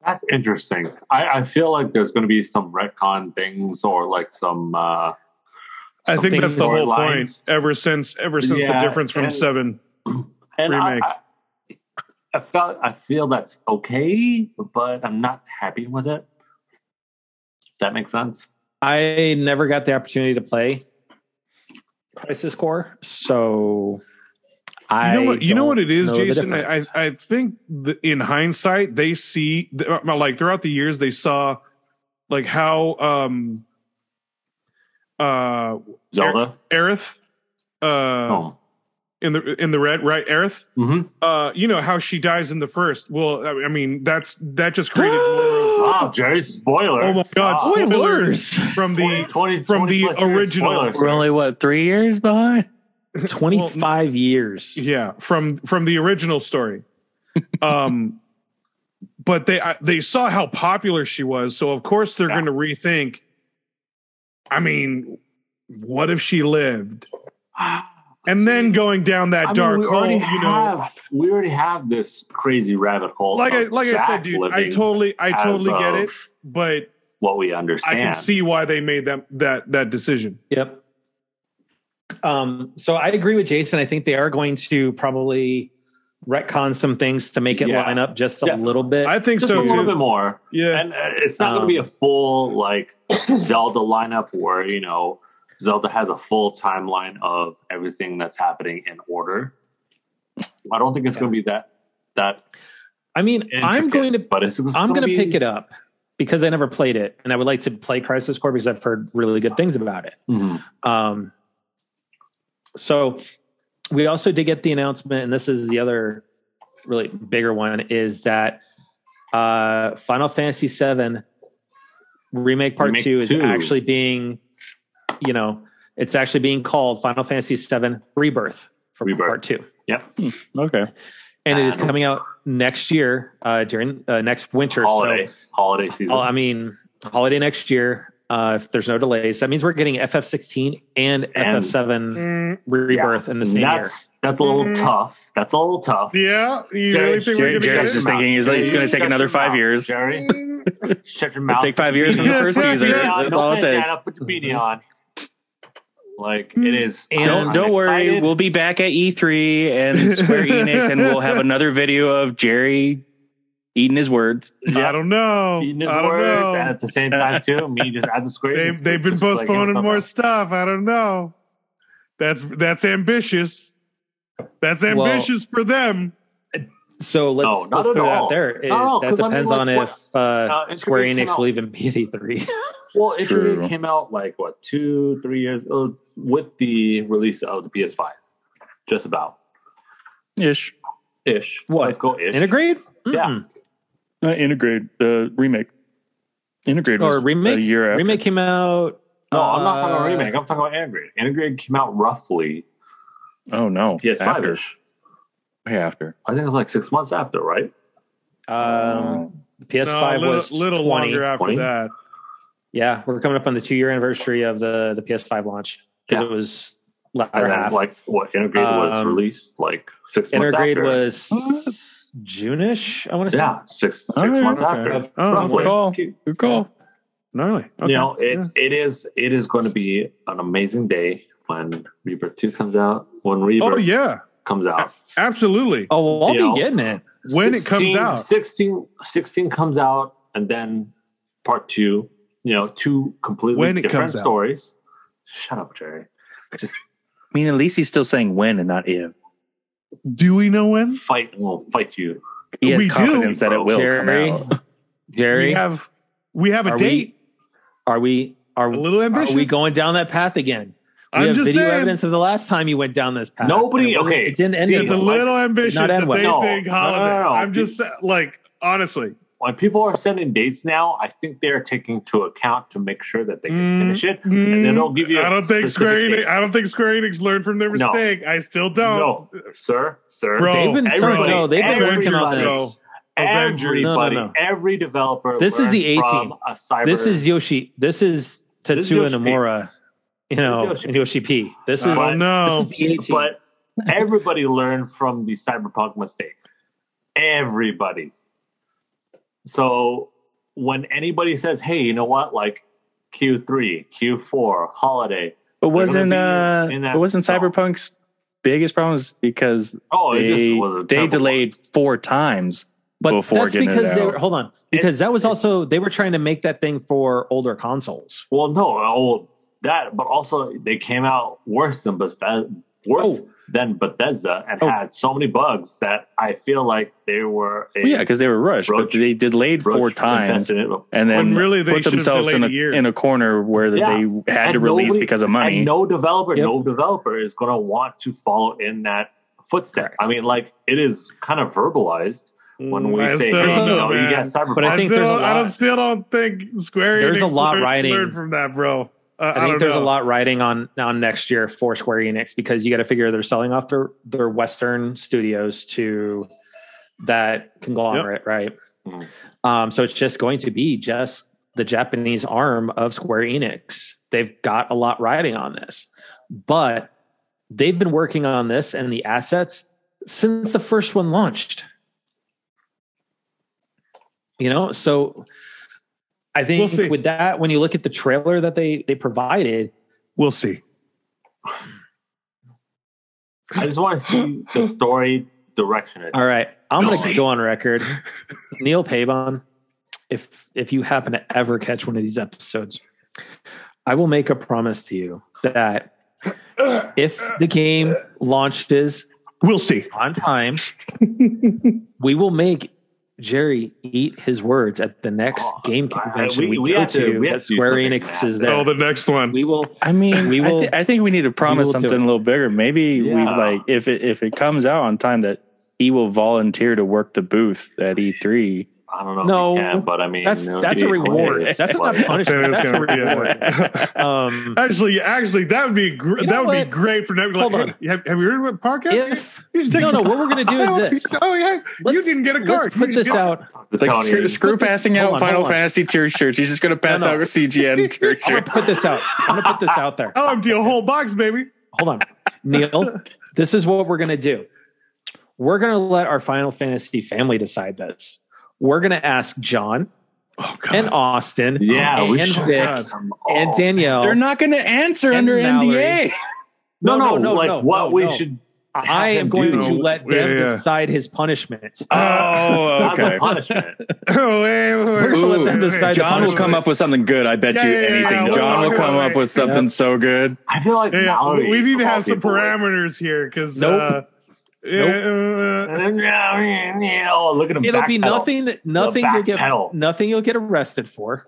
Speaker 2: That's interesting. I, I feel like there's going to be some retcon things or like some. Uh,
Speaker 4: I think
Speaker 1: Something
Speaker 4: that's the
Speaker 2: more
Speaker 4: whole
Speaker 2: lines.
Speaker 4: point. Ever since ever since
Speaker 2: Yeah,
Speaker 4: the difference from
Speaker 2: and-
Speaker 4: seven.
Speaker 2: and
Speaker 4: Remake.
Speaker 2: I, I, I felt I feel that's okay, but I'm not happy with it. That makes sense.
Speaker 1: i never got the opportunity to play crisis core so
Speaker 4: You
Speaker 1: i
Speaker 4: know what? You know
Speaker 1: don't
Speaker 4: what it is,
Speaker 1: know the
Speaker 4: Jason. I, I
Speaker 1: difference.
Speaker 4: I think the, in hindsight they see th- uh, like throughout the years they saw like how um uh
Speaker 2: Zelda.
Speaker 4: Aerith uh
Speaker 2: Oh.
Speaker 4: in the in the red right Aerith
Speaker 2: hmm
Speaker 4: uh you know how she dies in the first. Well, I I mean that's that just
Speaker 1: (gasps)
Speaker 2: (gasps)
Speaker 4: created more of-
Speaker 2: Wow, Ah, Jerry! Spoiler.
Speaker 4: Oh my god,
Speaker 2: Wow.
Speaker 4: spoilers from the
Speaker 2: 20,
Speaker 4: from
Speaker 2: 20
Speaker 4: the
Speaker 2: plus years
Speaker 4: original.
Speaker 2: spoilers.
Speaker 3: We're only what three years behind.
Speaker 1: 25 years.
Speaker 4: yeah from from the
Speaker 2: (laughs)
Speaker 4: original story um but they I, they saw how popular she was so of course they're
Speaker 2: Yeah.
Speaker 4: going to rethink i mean what if she lived and then going down that
Speaker 2: I mean,
Speaker 4: dark
Speaker 2: we
Speaker 4: hole
Speaker 2: already
Speaker 4: you know
Speaker 2: have we already have this crazy rabbit hole.
Speaker 4: like i
Speaker 2: of
Speaker 4: like i
Speaker 2: Zack
Speaker 4: said dude i
Speaker 2: living
Speaker 4: totally i
Speaker 2: as
Speaker 4: totally get
Speaker 2: of
Speaker 4: it but
Speaker 2: What we
Speaker 4: i
Speaker 2: understand.
Speaker 4: can see why they made that that that decision
Speaker 1: Yep. Um, so I agree with Jason. I think they are going to probably retcon some things to make it
Speaker 2: Yeah.
Speaker 1: line up just a
Speaker 2: Yeah.
Speaker 1: little bit.
Speaker 4: i think
Speaker 2: just a
Speaker 4: so
Speaker 2: little bit
Speaker 4: too
Speaker 2: more.
Speaker 4: yeah
Speaker 2: and uh, it's not going to be a
Speaker 1: Um,
Speaker 2: full like Zelda lineup where you know Zelda has a full timeline of everything that's happening in order. I don't think it's going to be that that.
Speaker 1: I mean, I'm
Speaker 2: intricate,
Speaker 1: going to
Speaker 2: but it's.
Speaker 1: I'm going to pick
Speaker 2: be,
Speaker 1: it up because I never played it, and I would like to play Crisis Core because I've heard really good things about it.
Speaker 2: Mhm.
Speaker 1: Um, so we also did get the announcement, and this is the other really bigger one is that uh, Final Fantasy VII remake part
Speaker 2: Remake
Speaker 1: two is
Speaker 2: two.
Speaker 1: actually being, you know, it's actually being called Final Fantasy VII Rebirth for
Speaker 2: Rebirth.
Speaker 1: part two,
Speaker 3: Okay,
Speaker 1: and it is
Speaker 2: Um,
Speaker 1: coming out next year uh, during uh, next winter.
Speaker 2: holiday
Speaker 1: So
Speaker 2: holiday season.
Speaker 1: well, I mean, holiday next year. Uh, if there's no delays, that means we're getting FF16 and,
Speaker 2: And-
Speaker 1: FF7
Speaker 4: Mm,
Speaker 1: Rebirth in the same year.
Speaker 2: that's that's a little
Speaker 4: Mhm.
Speaker 2: tough. That's a little tough.
Speaker 4: yeah you
Speaker 2: Jerry-
Speaker 4: really think we're
Speaker 2: Jerry-
Speaker 4: going to
Speaker 3: Jerry's
Speaker 4: get
Speaker 3: just
Speaker 4: it?
Speaker 3: thinking he's like, it's
Speaker 2: Jerry,
Speaker 3: gonna take
Speaker 2: shut
Speaker 3: another
Speaker 2: your
Speaker 3: five
Speaker 2: mouth,
Speaker 3: years.
Speaker 2: Jerry, (laughs) shut your mouth.
Speaker 3: It'll take five years from the first teaser.
Speaker 4: Yeah,
Speaker 3: That's all it takes.
Speaker 2: Put your beanie on. Like it is.
Speaker 1: And-
Speaker 2: I'm
Speaker 3: Don't don't worry.
Speaker 2: excited.
Speaker 3: We'll be back at E3 and Square Enix, and we'll have another video of Jerry eating his words.
Speaker 4: I don't know.
Speaker 2: Eating his
Speaker 4: I don't
Speaker 2: words,
Speaker 4: know.
Speaker 2: and at the same time too, (laughs) me just at the square.
Speaker 4: they've they've been
Speaker 2: just, like, you know,
Speaker 4: postponing more
Speaker 2: something.
Speaker 4: stuff. I don't know. That's that's ambitious. That's
Speaker 1: Well-
Speaker 4: ambitious for them.
Speaker 1: So let's,
Speaker 2: No, Oh, not
Speaker 1: let's
Speaker 2: at
Speaker 1: put it
Speaker 2: all.
Speaker 1: out there. Is
Speaker 2: No,
Speaker 1: that
Speaker 2: 'cause I mean,
Speaker 1: depends
Speaker 2: like,
Speaker 1: on
Speaker 2: what-
Speaker 1: if uh,
Speaker 2: Uh, it's
Speaker 1: Square
Speaker 2: gonna be-
Speaker 1: Enix
Speaker 2: came out-
Speaker 1: will even be at E
Speaker 2: (laughs)
Speaker 1: E3.
Speaker 2: Well, it
Speaker 3: True.
Speaker 2: really came out like what two, three years oh, with the release of the PS5, just about
Speaker 3: Ish.
Speaker 2: ish.
Speaker 1: What?
Speaker 2: Let's go ish.
Speaker 1: Integrate?
Speaker 2: Yeah.
Speaker 3: Not integrate the remake. Integrate
Speaker 1: Or
Speaker 3: was
Speaker 1: remake?
Speaker 3: a year after.
Speaker 1: Remake came out.
Speaker 2: no, I'm not talking about
Speaker 1: uh,
Speaker 2: remake. I'm talking about integrate. Integrate came out roughly
Speaker 3: Oh no,
Speaker 2: PS5
Speaker 3: after.
Speaker 2: ish.
Speaker 3: Way after.
Speaker 2: I think it was like six months after, right?
Speaker 1: Um, the PS5
Speaker 4: No, a little,
Speaker 1: was
Speaker 4: little
Speaker 1: 20.
Speaker 4: longer after
Speaker 2: 20?
Speaker 4: that.
Speaker 1: Yeah, we're coming up on the two year anniversary of the, the PS5 launch because
Speaker 2: Yeah.
Speaker 1: it was latter
Speaker 2: And then,
Speaker 1: half.
Speaker 2: like what Integrade was
Speaker 1: Um,
Speaker 2: released like six months
Speaker 1: Intergrade
Speaker 2: after.
Speaker 1: was
Speaker 3: Huh?
Speaker 1: June-ish, I want to say.
Speaker 2: yeah, six six
Speaker 3: Alright,
Speaker 2: months
Speaker 4: okay.
Speaker 2: after.
Speaker 4: Oh,
Speaker 2: roughly.
Speaker 3: good call. Good call.
Speaker 4: Gnarly. Okay.
Speaker 2: You know, it it is it is going to be an amazing day when Rebirth Two comes out. When Rebirth
Speaker 4: oh yeah,
Speaker 2: comes out,
Speaker 4: absolutely.
Speaker 1: Oh, well, I'll
Speaker 2: You know.
Speaker 1: be getting it.
Speaker 4: When it comes
Speaker 2: 16
Speaker 4: out.
Speaker 2: 16, 16 comes out, and then Part Two. You know, two completely
Speaker 4: When it
Speaker 2: different
Speaker 4: comes out.
Speaker 2: stories. Shut up, Jerry. Just
Speaker 3: I mean, at least he's still saying when and not if.
Speaker 4: Do we know when?
Speaker 2: Fight will fight you.
Speaker 3: He has
Speaker 4: We do.
Speaker 3: confidence that it will
Speaker 1: Jerry,
Speaker 3: come out.
Speaker 1: Jerry,
Speaker 4: We have we have a
Speaker 1: Are we-
Speaker 4: date.
Speaker 1: are we are,
Speaker 4: a little
Speaker 1: are
Speaker 4: ambitious.
Speaker 1: we going down that path again? We
Speaker 4: I'm
Speaker 1: have
Speaker 4: just
Speaker 1: video
Speaker 4: saying.
Speaker 1: evidence of the last time you went down this path. And
Speaker 2: Nobody-
Speaker 1: it wasn't-
Speaker 2: okay.
Speaker 1: it didn't end.
Speaker 2: See,
Speaker 1: well.
Speaker 4: it's a little ambitious
Speaker 1: end
Speaker 4: that
Speaker 1: well.
Speaker 4: they
Speaker 2: No.
Speaker 4: think
Speaker 2: No, no,
Speaker 4: holiday.
Speaker 2: no, no.
Speaker 4: I'm just sa- like honestly.
Speaker 2: When people are sending dates now, I think they're taking into account to make sure that they can
Speaker 4: Mm,
Speaker 2: finish it, and then they'll give you.
Speaker 4: Mm-hmm. Hmm, I
Speaker 2: a
Speaker 4: don't think
Speaker 2: specific
Speaker 4: Square Enix,
Speaker 2: date.
Speaker 4: I don't think Square Enix learned from their
Speaker 2: No.
Speaker 4: mistake. I still don't.
Speaker 2: No, sir, sir.
Speaker 4: Bro,
Speaker 1: They've been so-
Speaker 2: everybody-
Speaker 1: no, they've been
Speaker 2: everybody-
Speaker 1: working on
Speaker 2: everybody-
Speaker 1: this.
Speaker 2: Everybody,
Speaker 4: Avengers.
Speaker 1: No, no, no.
Speaker 2: every developer.
Speaker 1: This is the
Speaker 2: learned from
Speaker 1: A-team.
Speaker 2: a cyber-
Speaker 1: This is Yoshi. This is
Speaker 2: This is
Speaker 1: Tetsuya
Speaker 2: Yoshi P.
Speaker 1: Nomura. You know,
Speaker 2: Yoshi
Speaker 1: Yoshi. Yoshi P. This is
Speaker 4: Oh
Speaker 2: But-
Speaker 1: this
Speaker 4: no.
Speaker 1: is the A team. (laughs)
Speaker 2: but everybody learned from the cyberpunk mistake. Everybody. So when anybody says, "Hey, you know what? Like Q3, Q4, holiday."
Speaker 3: But
Speaker 2: gonna
Speaker 3: wasn't
Speaker 2: be
Speaker 3: uh
Speaker 2: in that
Speaker 3: it wasn't
Speaker 2: song.
Speaker 3: Cyberpunk's biggest problem is because
Speaker 2: Oh, it
Speaker 3: they,
Speaker 2: just was a
Speaker 3: they
Speaker 2: terrible
Speaker 3: delayed four times
Speaker 1: But
Speaker 3: before
Speaker 1: that's
Speaker 3: getting
Speaker 1: because
Speaker 3: it
Speaker 1: they
Speaker 3: out.
Speaker 1: were hold on because
Speaker 2: It's-
Speaker 1: that was
Speaker 2: it's-
Speaker 1: also they were trying to make that thing for older consoles.
Speaker 2: Well, no, oh, that, but also they came out worse than Bethesda, worse
Speaker 1: Oh.
Speaker 2: than Bethesda, and
Speaker 1: Oh.
Speaker 2: had so many bugs that I feel like they were a
Speaker 3: Well, yeah, because they were rushed, but
Speaker 2: Roach-
Speaker 3: they delayed
Speaker 2: rush
Speaker 3: four
Speaker 2: to
Speaker 3: times
Speaker 2: invest in it.
Speaker 3: and then
Speaker 4: When really they
Speaker 3: put
Speaker 4: should have
Speaker 3: themselves in a,
Speaker 4: delayed a year.
Speaker 3: in a corner where that
Speaker 2: Yeah.
Speaker 3: they had to
Speaker 2: And
Speaker 3: release
Speaker 2: nobody-
Speaker 3: because of money.
Speaker 2: And no developer,
Speaker 1: Yep.
Speaker 2: no developer is going to want to follow in that footstep.
Speaker 1: Correct.
Speaker 2: I mean, like it is kind of verbalized when we
Speaker 4: I
Speaker 2: say,
Speaker 4: still
Speaker 2: hey, you
Speaker 4: don't know,
Speaker 2: know, you
Speaker 4: man.
Speaker 2: got cyberpunk.
Speaker 1: But I
Speaker 4: I,
Speaker 1: think
Speaker 4: still,
Speaker 1: there's a
Speaker 4: don't- I
Speaker 1: lot-
Speaker 4: don't, still don't think Square
Speaker 1: There's a
Speaker 4: Enix
Speaker 1: lot
Speaker 4: learned,
Speaker 1: riding-
Speaker 4: learned from that, bro. Uh,
Speaker 1: I think
Speaker 4: don't
Speaker 1: there's
Speaker 4: know.
Speaker 1: a lot riding on on next year for Square Enix because you got to figure they're selling off their their Western studios to that conglomerate, right?
Speaker 2: Mhm.
Speaker 1: Um, so it's just going to be just the Japanese arm of Square Enix. They've got a lot riding on this, but they've been working on this and the assets since the first one launched. You know, so I
Speaker 4: We'll
Speaker 1: think
Speaker 4: see.
Speaker 1: with that, when you look at the trailer that they they provided,
Speaker 4: We'll see.
Speaker 2: I just want to see
Speaker 1: (laughs)
Speaker 2: the story direction. It.
Speaker 1: all right, I'm
Speaker 4: We'll
Speaker 1: going to
Speaker 4: see.
Speaker 1: go on record, Neil Pabon. If if you happen to ever catch one of these episodes, I will make a promise to you that if the game launches
Speaker 4: We'll see.
Speaker 1: on time, we will make Jerry eat his words at the next
Speaker 2: Oh,
Speaker 1: game
Speaker 2: I- I-
Speaker 1: convention
Speaker 2: we-
Speaker 1: we,
Speaker 2: we
Speaker 1: go
Speaker 2: have to-
Speaker 1: to,
Speaker 2: we have
Speaker 1: that
Speaker 2: to do
Speaker 1: Square
Speaker 2: something
Speaker 1: Enix is
Speaker 2: mad.
Speaker 1: there.
Speaker 4: Oh, the next one.
Speaker 1: we
Speaker 4: (laughs)
Speaker 1: will.
Speaker 2: (laughs)
Speaker 3: I mean,
Speaker 1: We
Speaker 3: I, thi-
Speaker 1: will-
Speaker 3: I think we need to promise
Speaker 1: will do
Speaker 3: something
Speaker 1: it.
Speaker 3: a little bigger. Maybe we
Speaker 2: Yeah.
Speaker 3: like if it if it comes out on time that he will volunteer to work the booth at E E3.
Speaker 2: I don't
Speaker 1: No,
Speaker 2: know. if you can, but I mean,
Speaker 1: That's
Speaker 2: it would
Speaker 1: that's
Speaker 2: be
Speaker 1: a reward.
Speaker 2: hilarious.
Speaker 1: That's not
Speaker 2: Like,
Speaker 1: a punishment.
Speaker 4: That
Speaker 1: That's
Speaker 4: is
Speaker 1: a
Speaker 4: gonna be
Speaker 2: (laughs)
Speaker 4: a-
Speaker 1: reward. Um,
Speaker 4: Actually, actually, that would be gr-
Speaker 1: You know
Speaker 4: that would be
Speaker 1: what?
Speaker 4: great for them. Like,
Speaker 1: Hold on.
Speaker 4: hey, have, have (laughs) you heard what podcast?
Speaker 1: if
Speaker 4: You should take
Speaker 1: no,
Speaker 4: a-
Speaker 1: no, what we're gonna do
Speaker 4: Oh,
Speaker 1: is this.
Speaker 4: (laughs) you- Oh yeah, you
Speaker 1: Let's-
Speaker 4: didn't get a card.
Speaker 1: Let's put
Speaker 4: You
Speaker 1: this
Speaker 4: didn't-
Speaker 1: out.
Speaker 2: talk to
Speaker 3: Like
Speaker 2: Tony.
Speaker 3: screw, screw
Speaker 1: Put this-
Speaker 3: passing
Speaker 1: hold
Speaker 3: out
Speaker 1: on,
Speaker 3: Final
Speaker 1: hold on.
Speaker 3: Fantasy tier shirts. He's just going to pass
Speaker 1: No, no.
Speaker 3: out a (laughs) CGN tier
Speaker 1: I'm
Speaker 3: shirt.
Speaker 1: gonna put this out. I'm gonna put this out there.
Speaker 4: I'll empty a whole box, baby.
Speaker 1: Hold on, Neil. This is what we're gonna do. We're gonna let our Final Fantasy family decide this. We're gonna ask John
Speaker 4: Oh
Speaker 3: (laughs)
Speaker 4: god.
Speaker 1: and Austin
Speaker 2: yeah, we
Speaker 1: Oh, and
Speaker 2: should
Speaker 1: Vic
Speaker 2: ask them all.
Speaker 1: and Danielle.
Speaker 3: Oh, They're not going to answer
Speaker 1: And
Speaker 3: under
Speaker 1: Mallory.
Speaker 3: NDA.
Speaker 2: No,
Speaker 1: No,
Speaker 2: no,
Speaker 1: no, no,
Speaker 2: like
Speaker 1: no,
Speaker 2: what
Speaker 1: no,
Speaker 2: we
Speaker 1: no.
Speaker 2: should.
Speaker 1: I
Speaker 2: have
Speaker 1: am
Speaker 2: them
Speaker 1: going
Speaker 2: do-
Speaker 1: to let them
Speaker 4: Yeah, yeah.
Speaker 1: decide his punishment.
Speaker 3: (laughs) Oh,
Speaker 2: That's
Speaker 3: okay.
Speaker 2: a punishment.
Speaker 4: oh, (laughs) wait,
Speaker 1: (laughs)
Speaker 4: wait,
Speaker 1: We're gonna let them
Speaker 4: wait,
Speaker 1: decide
Speaker 4: wait.
Speaker 1: the
Speaker 3: John will come up with something good. I bet
Speaker 4: Yeah,
Speaker 3: you
Speaker 4: yeah, yeah,
Speaker 3: anything.
Speaker 4: yeah.
Speaker 3: John will
Speaker 4: Wait,
Speaker 3: come
Speaker 4: wait,
Speaker 3: up
Speaker 4: wait.
Speaker 3: with something so good.
Speaker 2: I feel like
Speaker 4: Yeah,
Speaker 2: Mallory
Speaker 4: we need to
Speaker 2: of all
Speaker 4: have some
Speaker 2: people, like,
Speaker 4: parameters here because.
Speaker 1: Nope.
Speaker 4: Uh, yeah, uh,
Speaker 2: (laughs) Oh, look at him.
Speaker 1: It'll be
Speaker 2: backpedal,
Speaker 1: nothing that nothing you'll get
Speaker 2: backpedal.
Speaker 1: nothing you'll get arrested for.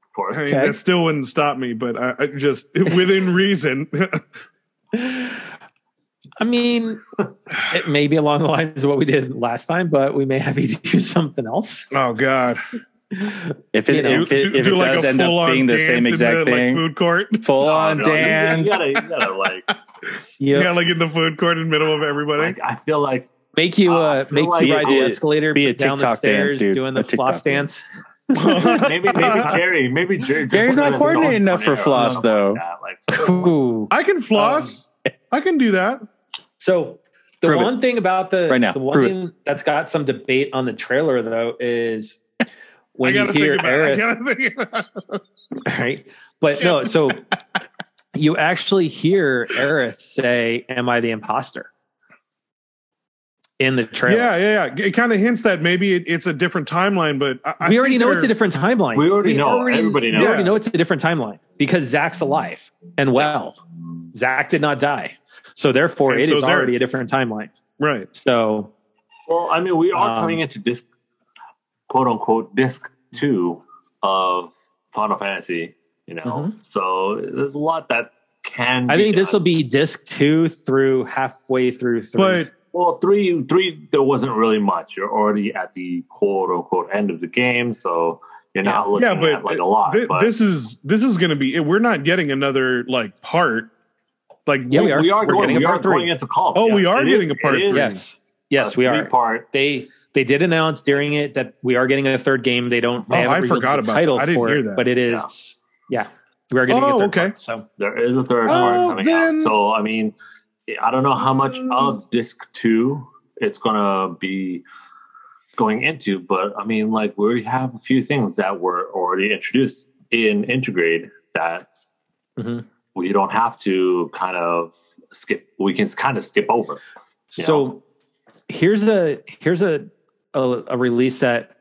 Speaker 2: of course.
Speaker 4: I mean,
Speaker 1: Okay.
Speaker 4: that still wouldn't stop me, but I, I just (laughs) within reason. (laughs)
Speaker 1: I mean,
Speaker 3: (sighs)
Speaker 1: it may be along the lines of what we did last time, but we may have (laughs) you do something else.
Speaker 4: oh God!
Speaker 3: If it,
Speaker 1: You know.
Speaker 3: if it, if it
Speaker 4: like,
Speaker 3: does
Speaker 4: a
Speaker 3: end up
Speaker 4: full-on
Speaker 3: being the
Speaker 4: dance in
Speaker 3: same exact
Speaker 4: like,
Speaker 3: thing,
Speaker 4: food court.
Speaker 3: full on
Speaker 2: No, no, you-
Speaker 3: dance.
Speaker 2: You, gotta, you gotta like,
Speaker 1: Yeah,
Speaker 4: Yeah, like in the food court in the middle of everybody.
Speaker 2: (laughs) like, I feel (laughs) like
Speaker 1: make you
Speaker 2: I
Speaker 1: uh,
Speaker 2: feel
Speaker 1: make
Speaker 2: like
Speaker 1: you ride the
Speaker 3: be a-
Speaker 1: escalator
Speaker 3: be a
Speaker 1: down the
Speaker 3: TikTok dance,
Speaker 1: stairs
Speaker 3: dude.
Speaker 1: doing the
Speaker 3: A TikTok
Speaker 1: floss dance.
Speaker 2: maybe maybe Jerry,
Speaker 1: (laughs)
Speaker 2: maybe Jerry.
Speaker 3: Jerry's not coordinated enough for floss, though.
Speaker 2: Like that, like,
Speaker 1: Ooh.
Speaker 4: I can floss.
Speaker 3: um,
Speaker 4: I can do that.
Speaker 1: So the
Speaker 3: Prove it.
Speaker 1: one thing about the
Speaker 3: Right now,
Speaker 1: the one
Speaker 3: prove it.
Speaker 1: thing that's got some debate on the trailer though is
Speaker 4: I
Speaker 1: when you
Speaker 4: gotta
Speaker 1: hear
Speaker 4: think about. It. I
Speaker 1: Aerith
Speaker 4: gotta think about
Speaker 1: (laughs)
Speaker 4: it.
Speaker 1: right? But no,
Speaker 4: (laughs)
Speaker 1: so you actually hear Aerith say, "Am I the imposter?" in the trailer.
Speaker 4: Yeah, yeah, yeah. It kind of hints that maybe it, it's a different timeline, but I, I
Speaker 1: we already
Speaker 4: think
Speaker 1: know
Speaker 4: they're-
Speaker 1: it's a different timeline.
Speaker 2: We already know. Everybody
Speaker 1: We
Speaker 4: knows.
Speaker 1: already
Speaker 4: Yeah.
Speaker 1: know it's a different timeline because Zach's alive and well. Zach did not die, so therefore
Speaker 4: And
Speaker 1: it is
Speaker 4: so is
Speaker 1: already
Speaker 4: Aerith.
Speaker 1: a different timeline.
Speaker 4: Right.
Speaker 1: So
Speaker 2: Well, I mean, we are
Speaker 1: Um,
Speaker 2: coming into disc, quote unquote, disc two of Final Fantasy. You know, so there's a lot that can.
Speaker 1: Mm-hmm. I
Speaker 2: be
Speaker 1: think this will
Speaker 2: done.
Speaker 1: be disc two through halfway through three.
Speaker 4: But
Speaker 2: well three. Three there wasn't really much. You're already at the quote unquote end of the game, so you're not looking
Speaker 4: Yeah, but
Speaker 2: at like a lot.
Speaker 4: Th-
Speaker 2: but
Speaker 4: this is this is going to be. eh, We're not getting another like part. Like
Speaker 1: Yeah,
Speaker 2: we,
Speaker 1: we are.
Speaker 2: we are
Speaker 1: We're
Speaker 2: going.
Speaker 1: getting a
Speaker 2: We are
Speaker 1: part three.
Speaker 2: going into call.
Speaker 4: Oh, we are
Speaker 2: it
Speaker 4: getting a part
Speaker 2: it is
Speaker 4: three.
Speaker 1: yes, yes,
Speaker 2: a
Speaker 1: we are.
Speaker 2: Part.
Speaker 1: They they did announce during it that we are getting a third game. They don't. They
Speaker 4: Oh,
Speaker 1: haven't
Speaker 4: I
Speaker 1: revealed
Speaker 4: forgot
Speaker 1: the
Speaker 4: about
Speaker 1: title
Speaker 4: that. I didn't
Speaker 1: for
Speaker 4: hear
Speaker 1: it,
Speaker 4: that.
Speaker 1: but it is. Yeah, we are getting.
Speaker 4: Oh,
Speaker 1: a third
Speaker 4: okay.
Speaker 1: Part, so
Speaker 2: There is a third
Speaker 4: Oh,
Speaker 2: part coming
Speaker 4: then- Mm.
Speaker 2: out. So I mean, I don't know how much of disc two it's gonna be going into, but I mean, like we already have a few things that were already introduced in Integrate that
Speaker 1: Mhm.
Speaker 2: we don't have to kind of skip. We can kind of skip over. you
Speaker 1: so
Speaker 2: know?
Speaker 1: here's a here's a a, a release that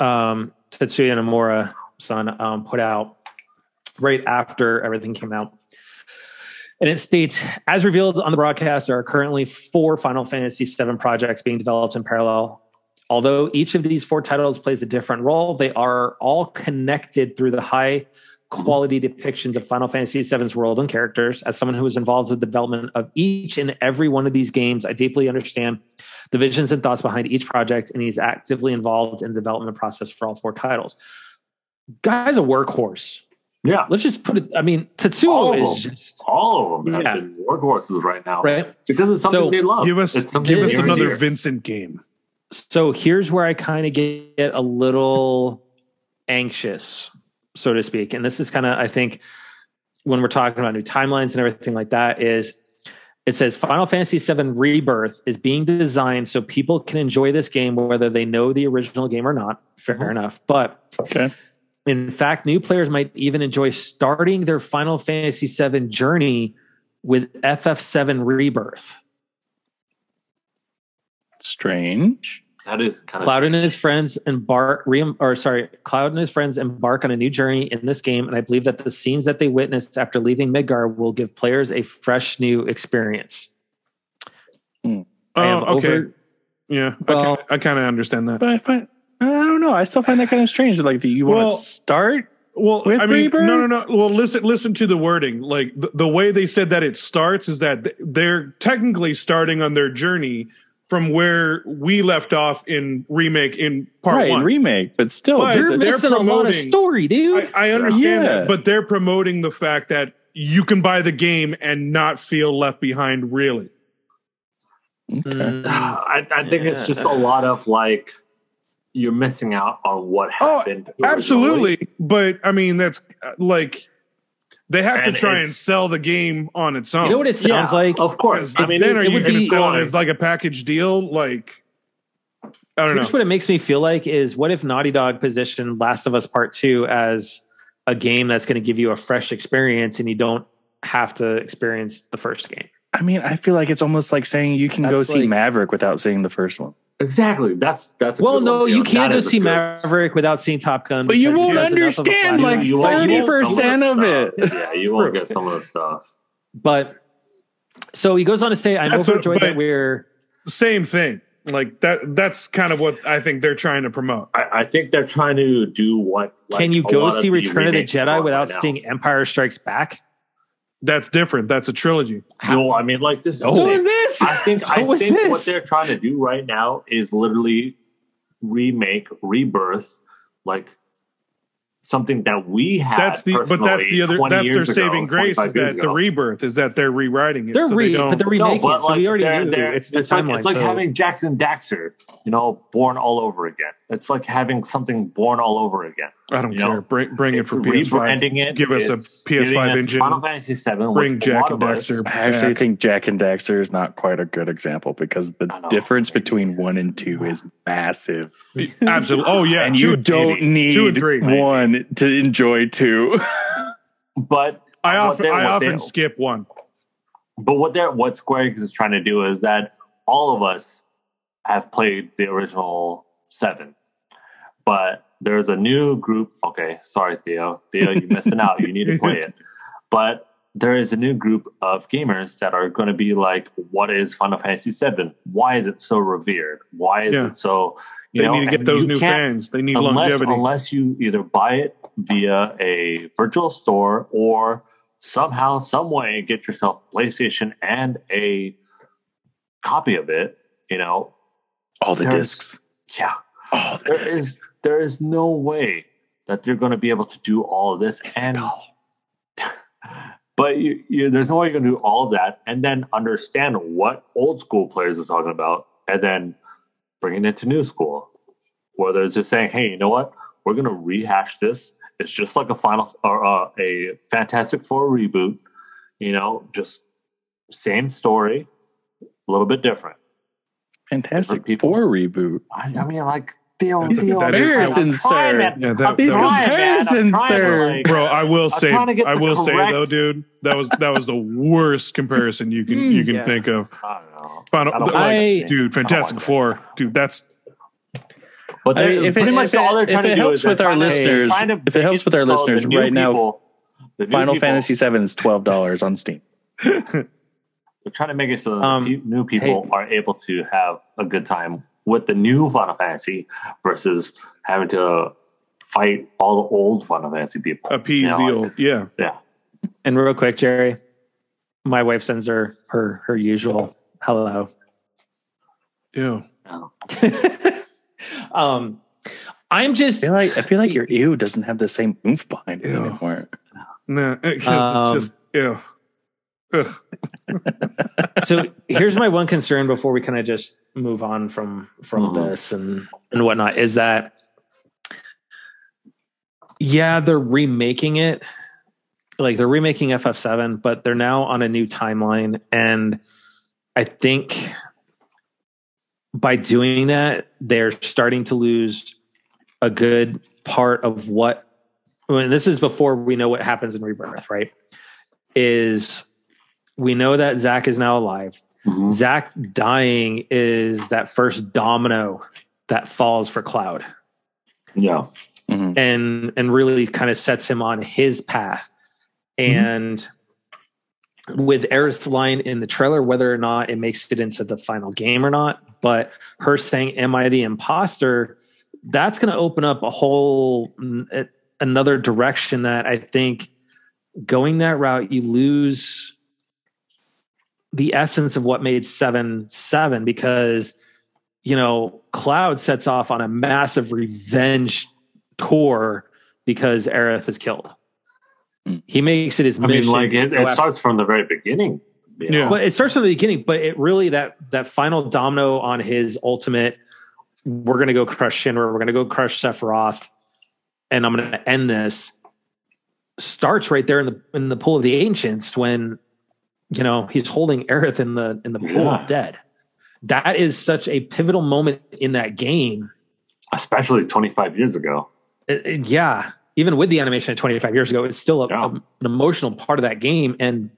Speaker 1: um Tetsuya Nomura son um put out right after everything came out. And it states, as revealed on the broadcast, there are currently four Final Fantasy VII projects being developed in parallel. Although each of these four titles plays a different role, they are all connected through the high quality depictions of Final Fantasy VII's world and characters. As someone who was involved with the development of each and every one of these games, I deeply understand the visions and thoughts behind each project, and he's actively involved in the development process for all four titles. Guy's a workhorse.
Speaker 2: yeah,
Speaker 1: Let's just put it. I mean,
Speaker 2: All
Speaker 1: Tetsuo
Speaker 2: of
Speaker 1: is
Speaker 2: them.
Speaker 1: just
Speaker 2: all of them
Speaker 1: Yeah.
Speaker 2: have been workhorses right now
Speaker 1: right.
Speaker 2: because it's something
Speaker 1: So-
Speaker 2: they love.
Speaker 4: give us
Speaker 2: It's something
Speaker 4: give us
Speaker 2: near and
Speaker 4: another
Speaker 2: dear.
Speaker 4: Vincent game.
Speaker 1: So here's where I kind of get a little anxious, so to speak. And this is kind of, I think, when we're talking about new timelines and everything like that, is it says Final Fantasy VII Rebirth is being designed so people can enjoy this game whether they know the original game or not. Fair
Speaker 2: Mhm.
Speaker 1: enough, but
Speaker 3: Okay.
Speaker 1: in fact, new players might even enjoy starting their Final Fantasy VII journey with FF7 Rebirth.
Speaker 3: Strange.
Speaker 2: That is kind of
Speaker 1: Cloud and his friends embark, re- or sorry, Cloud and his friends embark on a new journey in this game, and I believe that the scenes that they witnessed after leaving Midgar will give players a fresh new experience. I am
Speaker 4: Oh, okay.
Speaker 1: over-
Speaker 4: yeah,
Speaker 1: Well-
Speaker 4: I, kind of understand that.
Speaker 3: But I find I don't know. I still find that kind of strange. Like that you want
Speaker 4: Well-
Speaker 3: to start.
Speaker 4: Well,
Speaker 3: With
Speaker 4: I mean,
Speaker 3: Rebirth?
Speaker 4: no, no, no. Well, listen, listen to the wording. Like the, the way they said that it starts is that th- they're technically starting on their journey from where we left off in remake in part
Speaker 3: right,
Speaker 4: one.
Speaker 3: remake, but still
Speaker 4: But-
Speaker 3: they're-
Speaker 1: You're
Speaker 4: they're
Speaker 1: missing a lot of
Speaker 4: promoting-
Speaker 1: story, dude.
Speaker 4: I, I understand
Speaker 3: Yeah.
Speaker 4: that, but they're promoting the fact that you can buy the game and not feel left behind. Really,
Speaker 3: Okay.
Speaker 1: Mm,
Speaker 2: (sighs) I, I think it's just a lot of like you're missing out on what
Speaker 4: Oh,
Speaker 2: happened.
Speaker 4: absolutely. But I mean, that's uh, like they have
Speaker 2: And
Speaker 4: to try and
Speaker 2: it's-
Speaker 4: sell the game on its own.
Speaker 1: you know what it
Speaker 2: originally.
Speaker 1: sounds like?
Speaker 2: of course. I mean,
Speaker 4: then
Speaker 2: it-
Speaker 4: are
Speaker 2: it
Speaker 4: you
Speaker 2: would
Speaker 4: going to
Speaker 2: be
Speaker 4: sell it
Speaker 2: fine.
Speaker 4: as like a package deal? Like, I don't
Speaker 1: Here's
Speaker 4: know.
Speaker 1: what it makes me feel like is what if Naughty Dog positioned Last of Us Part 2 as a game that's going to give you a fresh experience and you don't have to experience the first game?
Speaker 3: I mean, I feel like it's almost like saying you can go
Speaker 1: That's
Speaker 3: see
Speaker 1: like-
Speaker 3: Maverick without seeing the first one.
Speaker 2: exactly. That's that's. a
Speaker 1: Well,
Speaker 2: good
Speaker 1: no,
Speaker 2: one.
Speaker 1: you
Speaker 2: know,
Speaker 1: can't
Speaker 2: that
Speaker 1: go
Speaker 2: is a
Speaker 1: see
Speaker 2: good-
Speaker 1: Maverick without seeing Top Gun.
Speaker 3: But you
Speaker 1: because
Speaker 3: won't
Speaker 1: that's enough of a
Speaker 3: understand,
Speaker 1: flashback.
Speaker 3: like,
Speaker 2: You won't- you won't get some
Speaker 3: 30% of
Speaker 2: the
Speaker 3: it.
Speaker 2: stuff. Yeah, you won't get some of the stuff.
Speaker 1: But so he goes on to say, "I'm
Speaker 4: That's what-
Speaker 1: overjoyed
Speaker 4: but-
Speaker 1: that we're."
Speaker 4: Same thing. Like that. That's kind of what I think they're trying to promote.
Speaker 2: (laughs) I, I think they're trying to do what. like,
Speaker 1: can you
Speaker 2: a
Speaker 1: go
Speaker 2: lot
Speaker 1: see
Speaker 2: the
Speaker 1: Return of the
Speaker 2: remakes are
Speaker 1: Jedi
Speaker 2: right
Speaker 1: without
Speaker 2: now.
Speaker 1: seeing Empire Strikes Back?
Speaker 4: That's different. That's a trilogy.
Speaker 2: No, I mean, like this.
Speaker 1: No.
Speaker 2: is
Speaker 3: Oh.
Speaker 1: So is
Speaker 3: this?
Speaker 2: I
Speaker 4: (laughs)
Speaker 2: think
Speaker 1: So
Speaker 2: I
Speaker 1: what's
Speaker 2: think
Speaker 1: this?
Speaker 2: what they're trying to do right now is literally remake, rebirth, like something that we had.
Speaker 4: That's the. But that's the other. That's their saving grace is that the
Speaker 2: remake.
Speaker 4: rebirth is that they're rewriting it.
Speaker 1: They're
Speaker 4: so
Speaker 1: re,
Speaker 4: they don't,
Speaker 1: but they're remaking. it, so we already knew
Speaker 2: it's,
Speaker 1: it's new
Speaker 2: like,
Speaker 1: timeline.
Speaker 2: it's like
Speaker 1: so-
Speaker 2: having Jackson Daxter, you know, born all over again. It's like having something born all over again.
Speaker 4: I don't
Speaker 2: you
Speaker 4: care.
Speaker 2: know,
Speaker 4: bring bring it
Speaker 2: It's
Speaker 4: for PS5.
Speaker 2: rebranding it.
Speaker 4: Give us a
Speaker 2: it's
Speaker 4: PS5
Speaker 2: giving us
Speaker 4: engine.
Speaker 2: Final Fantasy Seven.
Speaker 4: Bring Jack and
Speaker 2: Daxter.
Speaker 4: Daxter.
Speaker 3: I actually
Speaker 4: back.
Speaker 3: think Jack and Daxter is not quite a good example because the
Speaker 2: I know.
Speaker 3: difference between one and two is massive.
Speaker 2: (laughs)
Speaker 4: Absolutely. Oh yeah.
Speaker 3: and
Speaker 4: two
Speaker 3: you
Speaker 4: and
Speaker 3: don't
Speaker 4: maybe.
Speaker 3: need
Speaker 4: Two and three.
Speaker 3: one to enjoy two. (laughs)
Speaker 2: But
Speaker 4: I
Speaker 2: what
Speaker 4: often
Speaker 2: they-
Speaker 4: I
Speaker 2: what they-
Speaker 4: often skip one.
Speaker 2: But what they're what Square Enix is trying to do is that all of us have played the original seven, but
Speaker 4: (laughs)
Speaker 2: there's a new group. Okay, sorry, Theo. Theo, you're missing out. You need to play it. But there is a new group of gamers that are going to be like, "What is Final Fantasy VII? Why is it so revered? Why is
Speaker 4: Yeah.
Speaker 2: it so?" You
Speaker 4: They
Speaker 2: know,
Speaker 4: need to get
Speaker 2: and
Speaker 4: those
Speaker 2: you
Speaker 4: new
Speaker 2: can't-
Speaker 4: fans. They need
Speaker 2: unless,
Speaker 4: longevity.
Speaker 2: unless you either buy it via a virtual store or somehow, some way, get yourself PlayStation and a copy of it. You know,
Speaker 3: All the
Speaker 2: There's-
Speaker 3: discs.
Speaker 2: yeah,
Speaker 3: All the
Speaker 2: there
Speaker 3: discs.
Speaker 2: is there is no way that they're going to be able to do all of this and (laughs) but you, you, there's no way you're going to do all of that and then understand what old school players are talking about and then bringing it to new school whether it's just saying hey you know what we're going to rehash this it's just like a final or uh, a fantastic four reboot you know just same story a little bit different
Speaker 3: Fantastic
Speaker 2: Different people.
Speaker 3: Four reboot.
Speaker 2: i, I mean like deal
Speaker 4: That's a-
Speaker 2: deal
Speaker 4: that is-
Speaker 3: Comparison, sir.
Speaker 4: Yeah,
Speaker 2: Uh,
Speaker 4: that-
Speaker 3: These
Speaker 4: that was-
Speaker 3: comparisons, sir.
Speaker 4: (laughs) Bro, I will say,
Speaker 2: trying to get
Speaker 4: I
Speaker 2: the
Speaker 4: will say
Speaker 2: correct-
Speaker 4: though, dude, that was that was the worst comparison you can you can
Speaker 1: yeah.
Speaker 4: think of.
Speaker 2: I don't know.
Speaker 4: Final,
Speaker 2: Hmm, I don't
Speaker 4: like,
Speaker 3: I-
Speaker 4: dude, Fantastic
Speaker 2: I don't like that.
Speaker 4: Four, dude, that's
Speaker 2: But
Speaker 3: I mean,
Speaker 2: they're-
Speaker 3: if it-
Speaker 2: pretty
Speaker 3: if
Speaker 2: much
Speaker 3: it-
Speaker 2: all they're
Speaker 3: if
Speaker 2: trying
Speaker 3: it
Speaker 2: to do
Speaker 3: helps
Speaker 2: is they're
Speaker 3: with our
Speaker 2: trying to-
Speaker 3: listeners-
Speaker 2: trying to
Speaker 3: if it helps with our
Speaker 2: make it so
Speaker 3: listeners
Speaker 2: the new
Speaker 3: right now,
Speaker 2: people- the new
Speaker 3: Final
Speaker 2: people-
Speaker 3: Fantasy VII is twelve dollars on Steam.
Speaker 2: They're trying to make it so that
Speaker 1: Um,
Speaker 2: the pe- new people
Speaker 1: hey.
Speaker 2: are able to have a good time with the new Final Fantasy versus having to fight all the old Final Fantasy people. You
Speaker 4: appease
Speaker 2: know,
Speaker 4: the old. Yeah,
Speaker 2: Yeah.
Speaker 1: And real quick, Jerry, my wife sends her her her usual hello. (laughs)
Speaker 4: yeah.
Speaker 1: um, I'm
Speaker 3: I
Speaker 1: just
Speaker 3: feel like I feel like your ew doesn't have the same oomph behind it
Speaker 4: Ew.
Speaker 3: anymore.
Speaker 4: Nah, (laughs) because
Speaker 1: Um,
Speaker 4: it's just yeah. Ugh.
Speaker 1: so here's my one concern before we kind of just move on from from
Speaker 2: Mhm.
Speaker 1: this and and whatnot is that yeah they're remaking it like they're remaking ff7 but they're now on a new timeline and i think by doing that they're starting to lose a good part of what when this is before we know what happens in rebirth right is we know that Zach is now alive.
Speaker 2: Mhm.
Speaker 1: Zach dying is that first domino that falls for Cloud
Speaker 2: Yeah.
Speaker 3: Mhm.
Speaker 1: and and really kind of sets him on his path. And with Eris line in the trailer, whether or not it makes it into the final game or not, but her saying, "Am I the imposter?" That's going to open up a whole n- a- another direction that I think going that route you lose the essence of what made seven seven because you know cloud sets off on a massive revenge tour because Aerith is killed.
Speaker 3: Mm.
Speaker 1: He makes it his
Speaker 2: Hmm. I
Speaker 1: mission.
Speaker 2: mean, like, it,
Speaker 1: to go
Speaker 2: it
Speaker 1: after-
Speaker 2: starts from the very beginning. you
Speaker 4: Yeah.
Speaker 2: know?
Speaker 1: but it starts from the beginning. But it really that that final domino on his ultimate. We're gonna go crush Shinra. We're gonna go crush Sephiroth, and I'm gonna end this. Starts right there in the in the pool of the ancients when, you know, he's holding Aerith in the in the pool
Speaker 2: Yeah.
Speaker 1: dead. That is such a pivotal moment in that game
Speaker 2: Especially 25 years ago.
Speaker 1: it- it- Uh, yeah even with the animation of 25 years ago it's still a,
Speaker 2: Yeah.
Speaker 1: a- an emotional part of that game and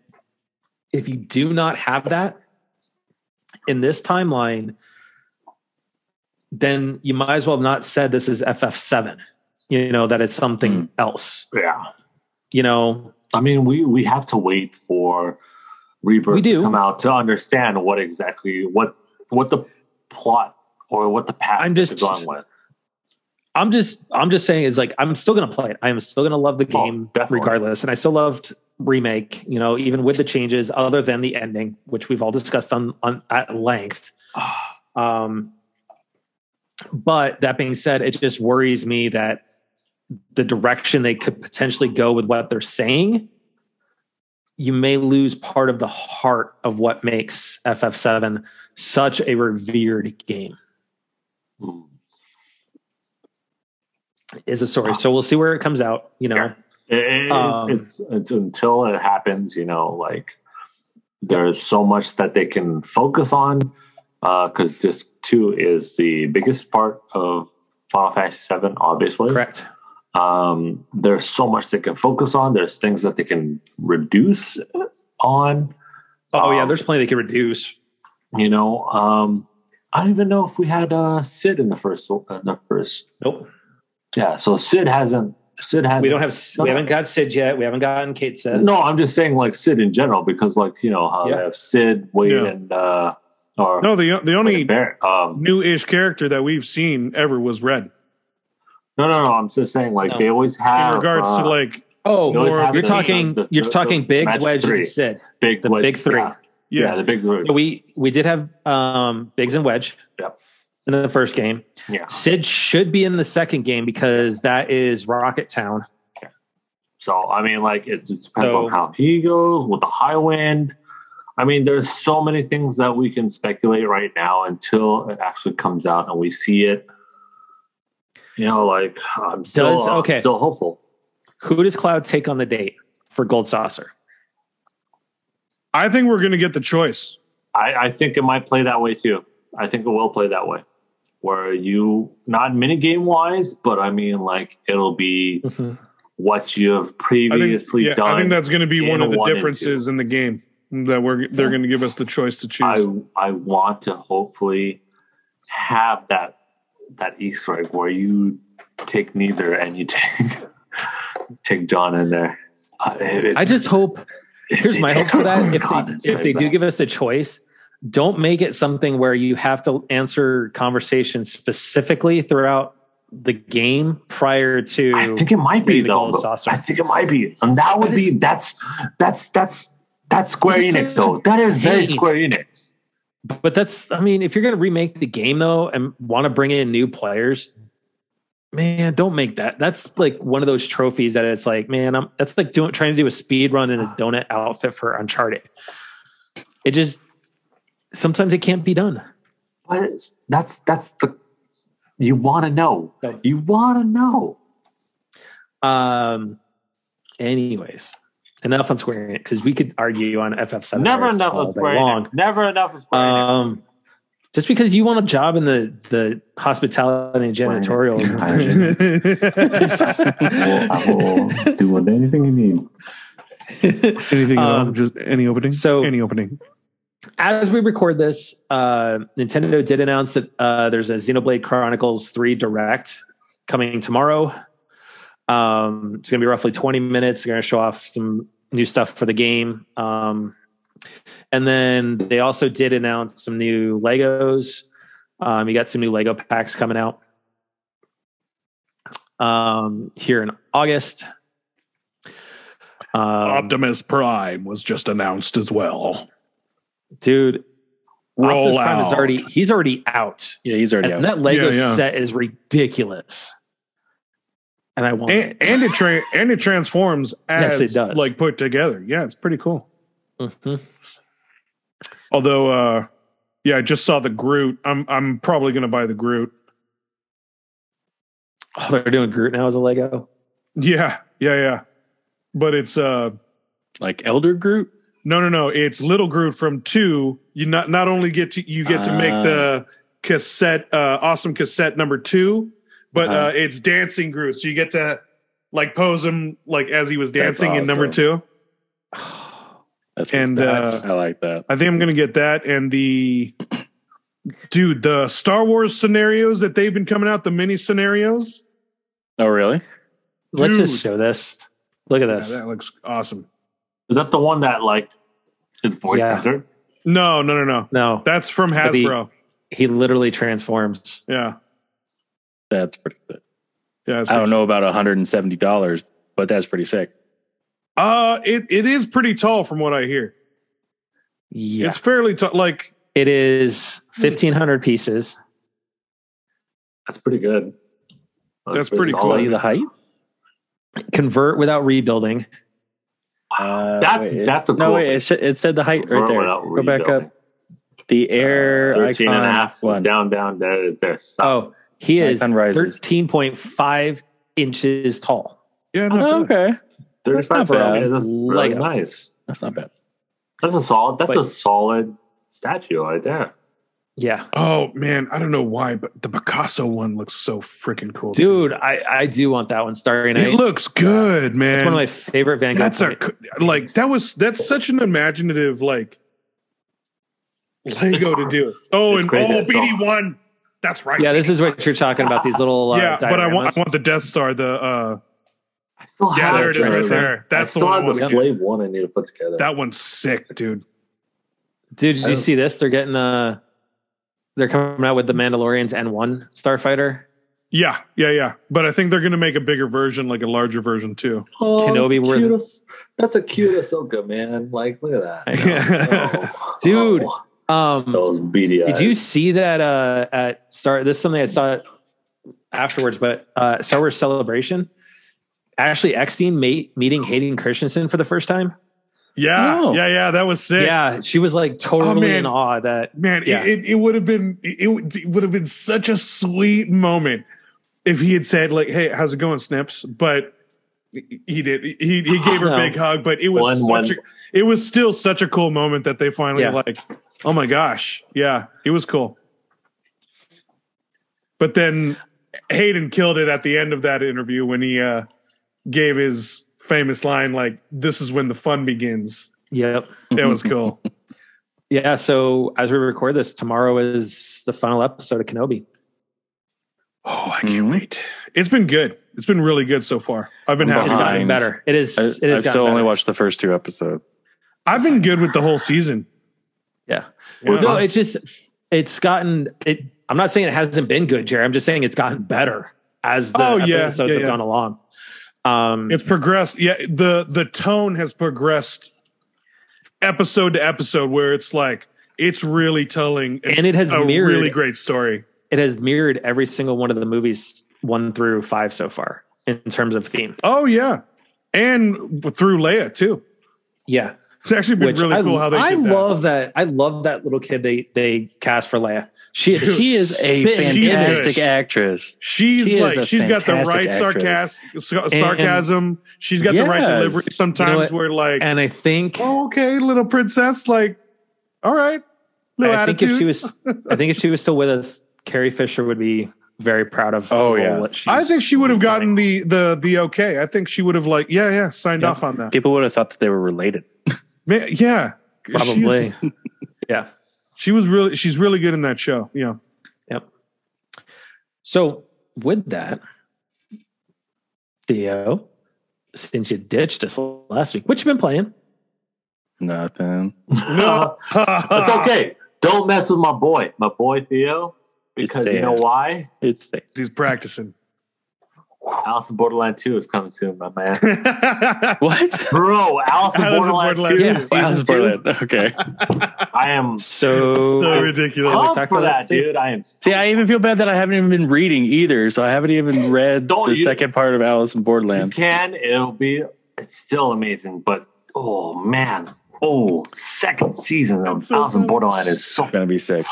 Speaker 1: if you do not have that in this timeline then you might as well have not said this is ff7 you know that it's something
Speaker 3: Hmm.
Speaker 1: else
Speaker 2: Yeah.
Speaker 1: you know
Speaker 2: I mean, we we have to wait for Rebirth
Speaker 1: We do.
Speaker 2: to come out to understand what exactly what what the plot or what the path
Speaker 1: I'm just-
Speaker 2: is going with.
Speaker 1: i'm just i'm just saying it's like i'm still gonna play it i'm still gonna love the
Speaker 2: Oh,
Speaker 1: game
Speaker 2: definitely.
Speaker 1: regardless and i still loved remake you know even with the changes other than the ending which we've all discussed on on at length
Speaker 2: (sighs)
Speaker 1: Um, but that being said, it just worries me that the direction they could potentially go with what they're saying, you may lose part of the heart of what makes FF7 such a revered game. Hmm.
Speaker 2: Mm.
Speaker 1: Is a story, so we'll see where it comes out. You know,
Speaker 2: Ah. Yeah. It- it-
Speaker 1: Um,
Speaker 2: it's, it's until it happens, you know, like there's so much that they can focus on uh, because disc two is the biggest part of Final Fantasy Seven, obviously.
Speaker 1: correct?
Speaker 2: um, there's so much they can focus on. There's things that they can reduce on.
Speaker 1: Oh yeah,
Speaker 2: Um,
Speaker 1: there's plenty they could reduce.
Speaker 2: You know, um, I don't even know if we had uh, Sid in the uh, first. In the first,
Speaker 1: Nope.
Speaker 2: yeah. So Sid hasn't Sid has.
Speaker 1: We don't have we haven't got Sid yet. We haven't gotten Kate Sith.
Speaker 2: No, I'm just saying like Sid in general because like you know how
Speaker 1: Yeah.
Speaker 2: they have Sid, Wade,
Speaker 4: Yeah.
Speaker 2: and uh, or
Speaker 4: No, the the
Speaker 2: Wade
Speaker 4: only
Speaker 2: and Barrett. Um,
Speaker 4: new-ish character that we've seen ever was Red.
Speaker 2: no, no, no. I'm just saying like
Speaker 1: No.
Speaker 2: they always
Speaker 4: In
Speaker 2: have
Speaker 4: regards
Speaker 2: uh,
Speaker 4: to like,
Speaker 1: Oh,
Speaker 2: No, it's
Speaker 1: you're
Speaker 2: happening.
Speaker 1: talking
Speaker 2: The- the-
Speaker 1: you're
Speaker 2: the
Speaker 1: talking Biggs,
Speaker 2: match
Speaker 1: Wedge,
Speaker 2: three.
Speaker 1: and Sid.
Speaker 2: big
Speaker 1: the
Speaker 2: wedge-
Speaker 1: big three.
Speaker 2: Yeah, yeah.
Speaker 4: yeah,
Speaker 2: the big three.
Speaker 1: We we did have um Biggs and Wedge
Speaker 2: Yep.
Speaker 1: in the first game.
Speaker 2: Yeah.
Speaker 1: Sid should be in the second game because that is Rocket Town.
Speaker 2: So I mean, like it, it depends
Speaker 1: So-
Speaker 2: on how he goes with the high wind. I mean, there's so many things that we can speculate right now until it actually comes out and we see it. You know, like I'm still
Speaker 1: Does-
Speaker 2: I'm
Speaker 1: okay.
Speaker 2: still hopeful.
Speaker 1: Who does Cloud take on the date for Gold Saucer?
Speaker 4: I think we're gonna get the choice.
Speaker 2: I, I think it might play that way too. I think it will play that way, where you not mini game wise, but I mean, like it'll be what you have
Speaker 4: I think,
Speaker 2: previously
Speaker 4: yeah,
Speaker 2: done.
Speaker 4: I think that's gonna be
Speaker 2: in
Speaker 4: one of the
Speaker 2: one and
Speaker 4: differences in the game that we're they're gonna give us the choice to choose.
Speaker 2: I I want to hopefully have that that Easter egg where you take neither and you (laughs) take take John in there. Uh, if- if-
Speaker 1: I just hope
Speaker 2: if
Speaker 1: here's
Speaker 2: they
Speaker 1: my hope
Speaker 2: take
Speaker 1: for that.
Speaker 2: John,
Speaker 1: If
Speaker 2: God, it's
Speaker 1: they, if
Speaker 2: my
Speaker 1: they do
Speaker 2: best.
Speaker 1: give us a choice, don't make it something where you have to answer conversations specifically throughout the game prior to
Speaker 2: I think it might be
Speaker 1: Reading the
Speaker 2: though.
Speaker 1: gold
Speaker 2: though.
Speaker 1: saucer.
Speaker 2: I think it might be, and that would be that's that's that's that's Square
Speaker 1: But
Speaker 2: Enix
Speaker 1: it's
Speaker 2: though. That is very
Speaker 1: pain.
Speaker 2: Square Enix.
Speaker 1: But that's, I mean, if you're going to remake the game though and want to bring in new players, man, don't make that. That's like one of those trophies that it's like, man, I'm, that's like doing, trying to do a speed run in a donut outfit for Uncharted. It just, sometimes it can't be done.
Speaker 2: But it's, that's that's the you want to know.
Speaker 1: No.
Speaker 2: You want to know.
Speaker 1: Um, anyways, enough on Square Enix because we could argue on FF7.
Speaker 2: Never
Speaker 1: all
Speaker 2: enough
Speaker 1: day
Speaker 2: of Square
Speaker 1: long.
Speaker 2: Enix. Never enough of Square Enix.
Speaker 1: Um, just because you want a job in the the hospitality and
Speaker 2: (laughs)
Speaker 1: janitorial (laughs)
Speaker 2: I will do anything you need.
Speaker 1: (laughs)
Speaker 4: Anything
Speaker 1: at all? Um,
Speaker 4: Just any opening.
Speaker 1: so- Any
Speaker 4: opening.
Speaker 1: as we record this, uh, Nintendo did announce that uh, there's a Xenoblade Chronicles 3 Direct coming tomorrow. Um, it's going to be roughly 20 minutes. They're going to show off some new stuff for the game. Um, and then they also did announce some new Legos. Um, you got some new Lego packs coming out um, here in August. Um,
Speaker 4: Optimus Prime was just announced as well.
Speaker 1: dude, Optimus
Speaker 4: Roll
Speaker 1: Prime
Speaker 4: out.
Speaker 1: is already he's already out.
Speaker 3: Yeah, he's already
Speaker 1: And
Speaker 3: out.
Speaker 1: that Lego
Speaker 4: Yeah, yeah.
Speaker 1: set is ridiculous. And I want
Speaker 4: and,
Speaker 1: it.
Speaker 4: and it tra- and it transforms as
Speaker 1: Yes, it does.
Speaker 4: like put together. Yeah, it's pretty cool.
Speaker 1: Mhm.
Speaker 4: Although, uh, yeah, I just saw the Groot. I'm I'm probably gonna buy the Groot.
Speaker 1: Oh, they're doing Groot now as a Lego.
Speaker 4: Yeah, yeah, yeah. But it's uh
Speaker 3: Like Elder Group.
Speaker 4: no no no. It's little Groot from two. You not not only get to you get to make
Speaker 3: Ah.
Speaker 4: the cassette uh awesome cassette number two, but
Speaker 3: Uh-huh.
Speaker 4: uh it's dancing Groot. So you get to like pose him like as he was
Speaker 3: That's
Speaker 4: dancing in number
Speaker 3: awesome.
Speaker 4: two.
Speaker 3: That's and
Speaker 4: And, uh,
Speaker 3: I like that.
Speaker 4: I think I'm gonna get that and the dude the Star Wars scenarios that they've been coming out the mini scenarios.
Speaker 3: Oh, really?
Speaker 1: Let's
Speaker 4: Dude.
Speaker 1: just show this. Look at
Speaker 4: Yeah,
Speaker 1: this.
Speaker 4: that looks awesome.
Speaker 2: Is that the one that like is voice
Speaker 1: Yeah.
Speaker 2: actor?
Speaker 4: No no no no.
Speaker 1: no,
Speaker 4: That's from
Speaker 1: That'd be-
Speaker 4: Hasbro.
Speaker 1: he literally transforms.
Speaker 4: Yeah
Speaker 3: That's pretty good.
Speaker 4: yeah. it's
Speaker 3: I don't
Speaker 4: pretty
Speaker 3: know about $170, but that's pretty sick.
Speaker 4: Uh, it, it is pretty tall from what I hear.
Speaker 1: Yeah.
Speaker 4: It's fairly tall. Like,
Speaker 1: It is 1,500 pieces.
Speaker 2: That's pretty good.
Speaker 4: That's pretty
Speaker 2: solid.
Speaker 3: Tell you the height.
Speaker 1: Convert without rebuilding.
Speaker 3: Uh,
Speaker 2: That's-
Speaker 3: wait, it-
Speaker 2: that's a
Speaker 3: no.
Speaker 2: cool
Speaker 3: wait,
Speaker 2: thing.
Speaker 3: it, sh- it said the height right
Speaker 2: Throw
Speaker 3: there.
Speaker 2: it out,
Speaker 3: Go back
Speaker 2: rebuilding.
Speaker 3: up. The air
Speaker 2: 13
Speaker 3: icon
Speaker 2: Uh, and a half
Speaker 3: one.
Speaker 2: down down there there. Stop.
Speaker 1: Oh, he is
Speaker 3: Icon rises.
Speaker 1: 13.5 inches tall.
Speaker 4: yeah, not
Speaker 3: Oh,
Speaker 4: bad.
Speaker 3: okay, that's not
Speaker 2: 35 okay,
Speaker 3: bad.
Speaker 2: That's really
Speaker 1: Lego.
Speaker 2: nice.
Speaker 3: that's not bad.
Speaker 2: That's a solid that's
Speaker 1: But-
Speaker 2: a solid statue right there.
Speaker 1: Yeah.
Speaker 4: Oh man, I don't know why, but the Picasso one looks so freaking cool, too.
Speaker 1: Dude, I, I do want that one starry night.
Speaker 4: It looks good, man.
Speaker 1: it's one of my favorite Van Gogh.
Speaker 4: that's a
Speaker 1: paintings.
Speaker 4: co- like that was that's such an imaginative like Lego to do. it. Oh,
Speaker 2: it's
Speaker 4: and
Speaker 2: crazy.
Speaker 4: oh,
Speaker 2: It's all-
Speaker 4: BD one. That's right.
Speaker 1: yeah, this is what you're talking about. These little uh,
Speaker 4: yeah, but I want
Speaker 1: dioramas.
Speaker 4: I want the Death Star, the uh
Speaker 2: Still
Speaker 4: Yeah,
Speaker 2: have
Speaker 4: there it is right
Speaker 2: Dragon.
Speaker 4: there. That's
Speaker 2: Oh, I still
Speaker 4: the one
Speaker 2: have
Speaker 4: I
Speaker 2: the
Speaker 4: want to get.
Speaker 2: slave one I need to put together.
Speaker 4: That one's sick, dude.
Speaker 1: Dude, did
Speaker 2: I
Speaker 1: you
Speaker 2: don't-
Speaker 1: see this? They're getting uh they're coming out with the Mandalorians and one starfighter.
Speaker 4: Yeah, yeah, yeah. But I think they're going to make a bigger version, like a larger version too.
Speaker 2: oh,
Speaker 1: Kenobi
Speaker 2: that's
Speaker 1: were-
Speaker 2: cute as- That's a cute Ahsoka, man. Like, look at that. Oh,
Speaker 1: (laughs) Dude.
Speaker 2: oh,
Speaker 1: (laughs) Um
Speaker 2: those beady
Speaker 3: Oh,
Speaker 1: Did
Speaker 2: eyes.
Speaker 1: you see that uh, at Star? This is something I saw afterwards, but uh, Star Wars Celebration. Ashley Eckstein mate, meeting Hayden Christensen for the first time.
Speaker 4: (laughs) Yeah,
Speaker 3: Oh.
Speaker 4: yeah, yeah. That was sick. Oh,
Speaker 1: Yeah, she was like totally
Speaker 4: man.
Speaker 1: in awe that
Speaker 4: Man,
Speaker 1: Yeah.
Speaker 4: it, it, it would have been it, it would have been such a sweet moment if he had said like, "Hey, how's it going, Snips?" But he did. He he gave her a
Speaker 1: No.
Speaker 4: big hug, but it was
Speaker 2: One-
Speaker 4: such
Speaker 2: one-
Speaker 4: a it was still such a cool moment that they finally
Speaker 1: Yeah.
Speaker 4: like, "Oh my gosh, yeah, it was cool." But then Hayden killed it at the end of that interview when he uh gave his famous line like, "This is when the fun begins."
Speaker 1: yep
Speaker 4: That
Speaker 3: (laughs)
Speaker 4: was
Speaker 3: Mm-hmm.
Speaker 4: cool.
Speaker 1: yeah. So as we record this, tomorrow is the final episode of Kenobi.
Speaker 4: oh, I
Speaker 1: Mm-hmm.
Speaker 3: Mhm.
Speaker 4: wait. It's been good. It's been really good so far. I've been
Speaker 3: I'm
Speaker 4: happy.
Speaker 1: It's gotten
Speaker 3: Behind.
Speaker 1: better. It is.
Speaker 3: I,
Speaker 1: It
Speaker 3: I've
Speaker 1: is.
Speaker 3: still
Speaker 1: gotten
Speaker 3: only
Speaker 1: better.
Speaker 3: watched the first two episodes.
Speaker 4: I've been good with the whole season.
Speaker 1: Yeah.
Speaker 4: Yeah.
Speaker 1: No, it's just it's gotten. It. I'm not saying it hasn't been good, Jerry. I'm just saying it's gotten better as the
Speaker 4: Oh, yeah,
Speaker 1: episodes
Speaker 4: yeah,
Speaker 1: have
Speaker 4: yeah.
Speaker 1: gone along. Um,
Speaker 4: it's progressed. Yeah, the the tone has progressed episode to episode where it's like it's really telling
Speaker 1: and it has
Speaker 4: a
Speaker 1: mirrored
Speaker 4: really great story.
Speaker 1: it has mirrored every single one of the movies one through five so far in terms of theme.
Speaker 4: Oh yeah. And through Leia too.
Speaker 1: Yeah,
Speaker 4: It's actually been
Speaker 1: which
Speaker 4: really
Speaker 1: I,
Speaker 4: cool how they
Speaker 1: I
Speaker 4: did that.
Speaker 1: love that. I love that little kid they they cast for Leia. She
Speaker 4: Dude,
Speaker 1: is
Speaker 3: She is a
Speaker 1: She's
Speaker 3: fantastic
Speaker 4: good.
Speaker 3: actress.
Speaker 4: She's
Speaker 3: She is
Speaker 4: like
Speaker 3: a
Speaker 4: she's got the
Speaker 3: fantastic
Speaker 4: right
Speaker 3: actress.
Speaker 4: sarcasm sarcasm. She's got the right
Speaker 1: Yes.
Speaker 4: delivery
Speaker 1: You know
Speaker 4: sometimes
Speaker 1: what?
Speaker 4: where like
Speaker 1: and I think
Speaker 4: oh, okay, little princess, like all right. Little
Speaker 1: I think
Speaker 4: attitude.
Speaker 1: if she was I think if she was still with us, Carrie Fisher would be very proud of.
Speaker 3: Oh,
Speaker 1: the
Speaker 3: yeah.
Speaker 1: role that she's
Speaker 4: I think she would have
Speaker 1: playing.
Speaker 4: gotten the the the okay. I think she would have like yeah yeah signed
Speaker 1: Yeah.
Speaker 4: off on that.
Speaker 3: People would have thought that they were related.
Speaker 4: Ma- yeah,
Speaker 1: probably.
Speaker 4: She's- (laughs)
Speaker 1: yeah.
Speaker 4: she was really she's really good in that show. Yeah,
Speaker 2: (laughs)
Speaker 1: So with that, Theo, since you ditched us last week, what you been playing?
Speaker 3: Nothing.
Speaker 4: no,
Speaker 2: It's
Speaker 4: Ah.
Speaker 2: okay. Don't mess with my boy, my boy Theo,
Speaker 3: It's
Speaker 2: because you know
Speaker 3: Theo.
Speaker 2: why?
Speaker 3: It's safe.
Speaker 2: (laughs)
Speaker 4: He's practicing.
Speaker 2: Alice in Borderland 2 is coming soon, my man.
Speaker 4: (laughs) That's
Speaker 3: What?
Speaker 2: Bro, Alice in
Speaker 4: Alice in
Speaker 2: Borderland,
Speaker 4: Borderland
Speaker 2: 2.
Speaker 1: Yeah.
Speaker 2: season
Speaker 3: Wow, that's
Speaker 2: two,
Speaker 3: brilliant. (laughs) Okay.
Speaker 2: I am
Speaker 1: So,
Speaker 4: so ridiculous.
Speaker 1: Oh, we
Speaker 2: pumped
Speaker 1: talked
Speaker 2: for
Speaker 1: about
Speaker 2: that,
Speaker 1: this too?
Speaker 2: dude. I am
Speaker 3: See, I even feel bad that I haven't even been reading either, so I haven't even read
Speaker 2: Don't
Speaker 3: the
Speaker 2: you-
Speaker 3: second part of Alice in
Speaker 2: you
Speaker 3: Borderland.
Speaker 2: can. It'll be it's still amazing, but oh man. Oh, second season of
Speaker 4: That's so
Speaker 2: Alice in
Speaker 4: funny.
Speaker 2: Borderland is so
Speaker 3: gonna be sick.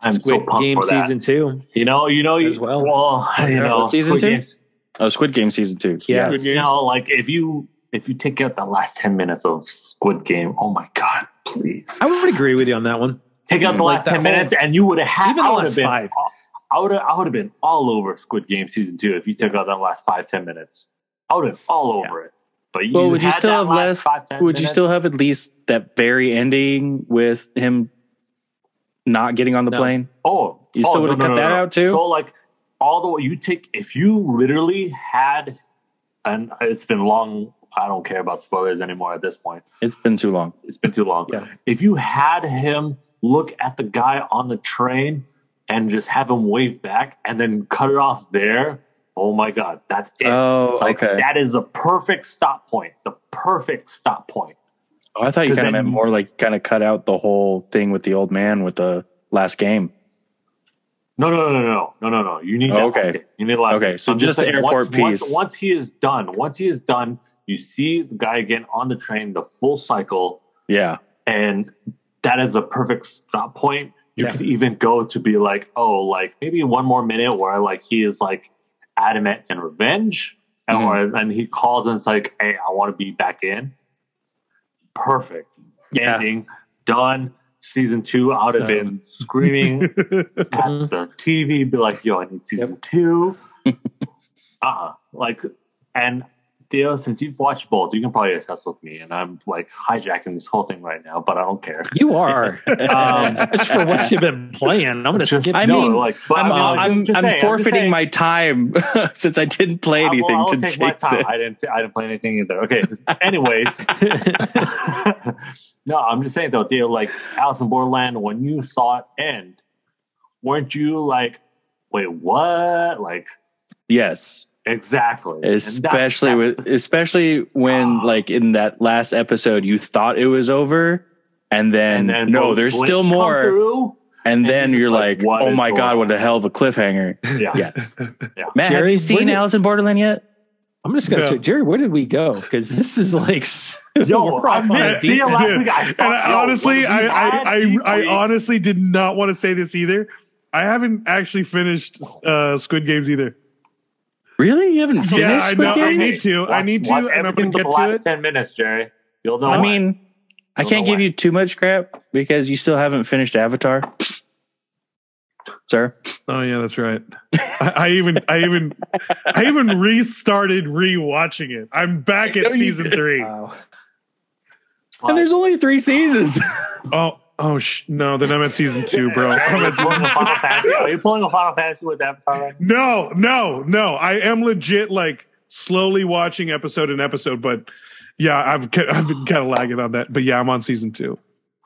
Speaker 2: I'm so
Speaker 1: Squid
Speaker 2: pumped
Speaker 1: Game
Speaker 2: for that.
Speaker 1: season two.
Speaker 2: You know, you know,
Speaker 1: As
Speaker 2: you-
Speaker 1: well.
Speaker 2: you know,
Speaker 3: What's season
Speaker 2: Squid
Speaker 3: two?
Speaker 2: Games-
Speaker 3: Oh, Squid Game season two.
Speaker 1: Yeah.
Speaker 3: Yes.
Speaker 2: You know, like if you if you take out the last ten minutes of Squid Game, oh my god, please
Speaker 1: I would agree with you on that one.
Speaker 2: take out the
Speaker 1: Like
Speaker 2: last
Speaker 1: that
Speaker 2: ten
Speaker 1: whole-
Speaker 2: minutes, and you would have had.
Speaker 1: Even
Speaker 2: I
Speaker 1: the
Speaker 2: would
Speaker 1: last
Speaker 2: have been.
Speaker 1: five.
Speaker 2: I would have. I would have been all over Squid Game season two if you took out that last five ten minutes. I would have all over it. But you
Speaker 3: Well, would you
Speaker 2: had
Speaker 3: still
Speaker 2: that
Speaker 3: have
Speaker 2: last
Speaker 3: less?
Speaker 2: five, 10
Speaker 3: Would you
Speaker 2: minutes.
Speaker 3: still have at least that very ending with him not getting on the
Speaker 1: No.
Speaker 3: plane?
Speaker 2: Oh,
Speaker 3: You
Speaker 2: oh,
Speaker 3: still would've cut that out too?
Speaker 2: So like all the way you take if you literally had, and it's been long. I don't care about spoilers anymore at this point.
Speaker 3: It's been too long.
Speaker 2: It's been too long.
Speaker 1: Yeah.
Speaker 2: If you had him look at the guy on the train and just have him wave back and then cut it off there, oh my god, that's it.
Speaker 3: Oh,
Speaker 2: Like,
Speaker 3: okay.
Speaker 2: That is the perfect stop point. The perfect stop point.
Speaker 3: Oh, I thought you
Speaker 2: 'Cause
Speaker 3: kind of
Speaker 2: then-
Speaker 3: meant more like kind of cut out the whole thing with the old man with the last game.
Speaker 2: No, no, no, no, no, no, no, no. You need
Speaker 3: Oh,
Speaker 2: that
Speaker 3: okay.
Speaker 2: last game. You need a last
Speaker 3: Okay,
Speaker 2: game.
Speaker 3: so
Speaker 2: I'm
Speaker 3: just the
Speaker 2: saying,
Speaker 3: airport
Speaker 2: once, once-
Speaker 3: piece.
Speaker 2: Once, he is done, once he is done, you see the guy again on the train, the full cycle,
Speaker 3: Yeah.
Speaker 2: and that is the perfect stop point. You
Speaker 1: Yeah.
Speaker 2: could even go to be like, oh, like maybe one more minute where like he is like adamant and revenge, and
Speaker 1: Mm-hmm.
Speaker 2: or and he calls and it's like, hey, I want to be back in. Perfect
Speaker 1: Yeah.
Speaker 2: ending done. Season two, I would have
Speaker 1: So-
Speaker 2: been screaming at
Speaker 3: Mm-hmm.
Speaker 2: the
Speaker 3: (laughs)
Speaker 2: TV, be like, "Yo, I need season two. uh uh Like, Uh-uh. and Theo, since you've watched both, you can probably attest with me. And I'm like hijacking this whole thing right now, but I don't care.
Speaker 1: You (laughs) are.
Speaker 2: Um,
Speaker 1: Just for what you've been playing, I'm going to
Speaker 2: Just-
Speaker 1: skip.
Speaker 3: I
Speaker 2: no,
Speaker 3: mean,
Speaker 2: like, but
Speaker 3: I'm, uh,
Speaker 2: I mean, like,
Speaker 3: I'm,
Speaker 2: just
Speaker 3: I'm
Speaker 2: saying, just
Speaker 3: forfeiting
Speaker 2: saying.
Speaker 3: my time (laughs) since I didn't play
Speaker 2: I will-
Speaker 3: anything
Speaker 2: I will
Speaker 3: to
Speaker 2: take my
Speaker 3: (laughs) take
Speaker 2: time.
Speaker 3: it.
Speaker 2: I didn't. I didn't play anything either. Okay. Anyways, (laughs) no, I'm just saying though, Theo, like Alice in Borderland, when you saw it end, weren't you like, wait, what? Like
Speaker 3: Yes,
Speaker 2: exactly. And that's-
Speaker 3: especially
Speaker 2: that's-
Speaker 3: with especially when
Speaker 2: Ah.
Speaker 3: like in that last episode you thought it was over, and then, no,
Speaker 2: both
Speaker 3: there's
Speaker 2: blinks
Speaker 3: still
Speaker 2: come
Speaker 1: (laughs)
Speaker 3: more,
Speaker 2: through.
Speaker 3: and
Speaker 2: and
Speaker 3: then
Speaker 2: you're
Speaker 3: you're
Speaker 2: like,
Speaker 3: like,
Speaker 2: what
Speaker 3: oh
Speaker 2: is
Speaker 3: my god,
Speaker 2: going
Speaker 3: what a hell of
Speaker 2: (laughs)
Speaker 3: a cliffhanger!
Speaker 2: Yeah.
Speaker 3: Yes,
Speaker 2: Yeah.
Speaker 3: Matt, have
Speaker 1: Jerry,
Speaker 3: you
Speaker 1: where
Speaker 3: seen
Speaker 1: did-
Speaker 3: Alice in Borderland yet?
Speaker 1: I'm just going to
Speaker 4: Yeah.
Speaker 1: check, Jerry. Where did we go? Because this is like,
Speaker 4: (laughs)
Speaker 2: Yo, I missed
Speaker 4: deep
Speaker 2: Theo
Speaker 4: end.
Speaker 2: last
Speaker 4: Dude,
Speaker 2: week. I
Speaker 4: and
Speaker 2: thought, yo,
Speaker 4: I, honestly,
Speaker 2: we
Speaker 4: I,
Speaker 2: had
Speaker 4: I, I,
Speaker 2: deep
Speaker 4: I
Speaker 2: week.
Speaker 4: honestly did not want to say this either. I haven't actually finished uh, Squid Games either.
Speaker 3: Really, you haven't finished
Speaker 4: I
Speaker 3: Squid
Speaker 4: know, I
Speaker 3: Games?
Speaker 4: need to- I
Speaker 2: Watch-
Speaker 4: need to,
Speaker 2: watch
Speaker 4: and I'm
Speaker 2: everything
Speaker 4: gonna
Speaker 2: but the
Speaker 4: get to
Speaker 2: last
Speaker 4: it.
Speaker 2: Ten minutes, Jerry. You'll know.
Speaker 3: I
Speaker 2: why.
Speaker 3: mean, I
Speaker 2: Don't
Speaker 3: can't
Speaker 2: know
Speaker 3: give
Speaker 2: why.
Speaker 3: you too much crap because you still haven't finished Avatar, sir.
Speaker 4: Oh yeah, that's right. I, I even I even I even restarted rewatching it. I'm back
Speaker 3: No,
Speaker 4: at
Speaker 3: you
Speaker 4: season three.
Speaker 1: wow.
Speaker 3: And there's only three seasons.
Speaker 4: Oh oh sh- no, then I'm at season two,
Speaker 1: (laughs)
Speaker 4: bro. I'm
Speaker 2: Are you
Speaker 4: at
Speaker 2: pulling
Speaker 4: season
Speaker 2: a Final Fantasy? Are you pulling a Final Fantasy with Avatar? Right?
Speaker 4: No, no, no. I am legit like slowly watching episode and episode, but yeah, I've ca- I've been kind of lagging on that. But yeah, I'm on season two.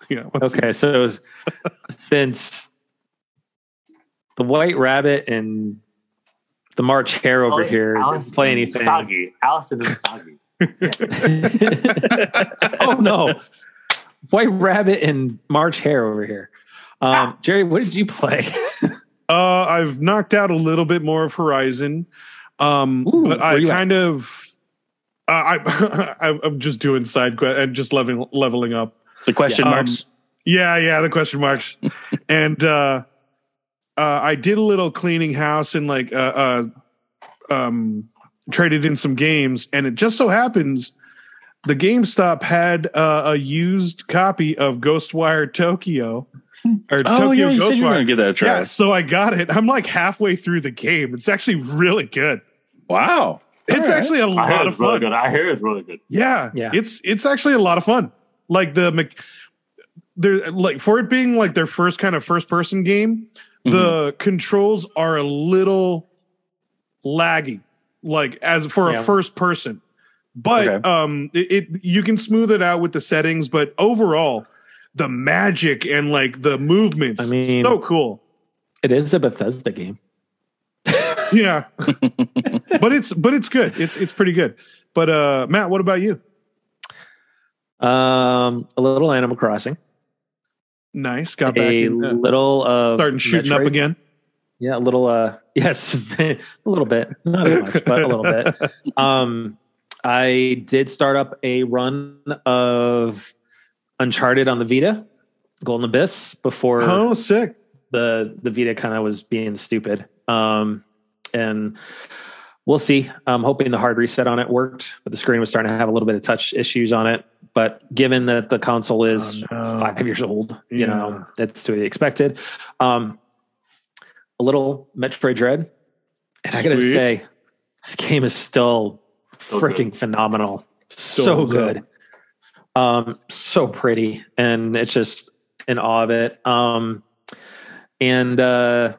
Speaker 4: Yeah. I'm on season-
Speaker 1: Okay, so since the White Rabbit and the March Hare over
Speaker 2: Alice-
Speaker 1: here
Speaker 2: Alice
Speaker 1: didn't play
Speaker 2: and
Speaker 1: anything.
Speaker 2: Soggy. Alice and Soggy.
Speaker 1: (laughs) oh no, White Rabbit and March Hare over here. Um, Jerry, what did you play?
Speaker 4: Uh, I've knocked out a little bit more of Horizon, um,
Speaker 1: Ooh,
Speaker 4: but
Speaker 1: where
Speaker 4: I
Speaker 1: you at?
Speaker 4: kind of. Uh, I, (laughs) I'm- I'm just doing side quest and just leveling leveling up.
Speaker 3: the question
Speaker 4: Yeah.
Speaker 3: marks.
Speaker 4: Yeah, yeah, the
Speaker 3: (laughs)
Speaker 4: question marks. and uh uh I did a little cleaning house and like uh uh um traded in some games and it just so happens the GameStop had uh, a used copy of Ghostwire Tokyo or
Speaker 3: oh
Speaker 4: Um, Tokyo
Speaker 3: yeah, you said you were going
Speaker 4: Ghostwire.
Speaker 3: to give that a try.
Speaker 4: Yeah, so I got it. I'm like halfway through the game. It's actually really good.
Speaker 3: Wow.
Speaker 4: It's
Speaker 3: right.
Speaker 4: actually a
Speaker 2: I heard
Speaker 4: lot of
Speaker 2: it's really
Speaker 4: fun.
Speaker 2: good. I hear it's really good.
Speaker 4: Yeah,
Speaker 1: Yeah.
Speaker 4: It's it's actually a lot of fun. Like the mech- they're like for it being like their first kind of first person game, the controls are a little laggy, like as for
Speaker 1: Yeah.
Speaker 4: a first person. But
Speaker 3: Okay.
Speaker 4: um, it, it you can smooth it out with the settings, but overall, the magic and like the movements,
Speaker 1: I mean-
Speaker 4: so cool.
Speaker 1: it is a Bethesda game.
Speaker 4: Yeah, but it's but it's good. It's it's pretty good. But uh, Matt, what about you?
Speaker 1: Um, a little Animal Crossing,
Speaker 4: Nice, got back
Speaker 1: a
Speaker 4: in. uh,
Speaker 1: little of
Speaker 4: starting shooting up
Speaker 1: Metroid.
Speaker 4: again.
Speaker 1: Yeah, a little. Uh, (laughs) yes, a little bit, not as much, but a little bit. Um, I did start up a run of Uncharted on the Vita, Golden Abyss, before
Speaker 4: Oh, sick!
Speaker 1: the the Vita kind of was being stupid. Um, and we'll see. I'm hoping the hard reset on it worked, but the screen was starting to have a little bit of touch issues on it. But given that the console is
Speaker 4: Oh, no.
Speaker 1: five years old, you
Speaker 4: Yeah.
Speaker 1: know, that's to be expected. Um, a little Metroid Dread, and I gotta
Speaker 4: Sweet.
Speaker 1: say, this game is still
Speaker 2: So
Speaker 1: freaking phenomenal. So
Speaker 4: holds
Speaker 1: good. Um, so pretty, and it's just in awe of it. Um, and uh,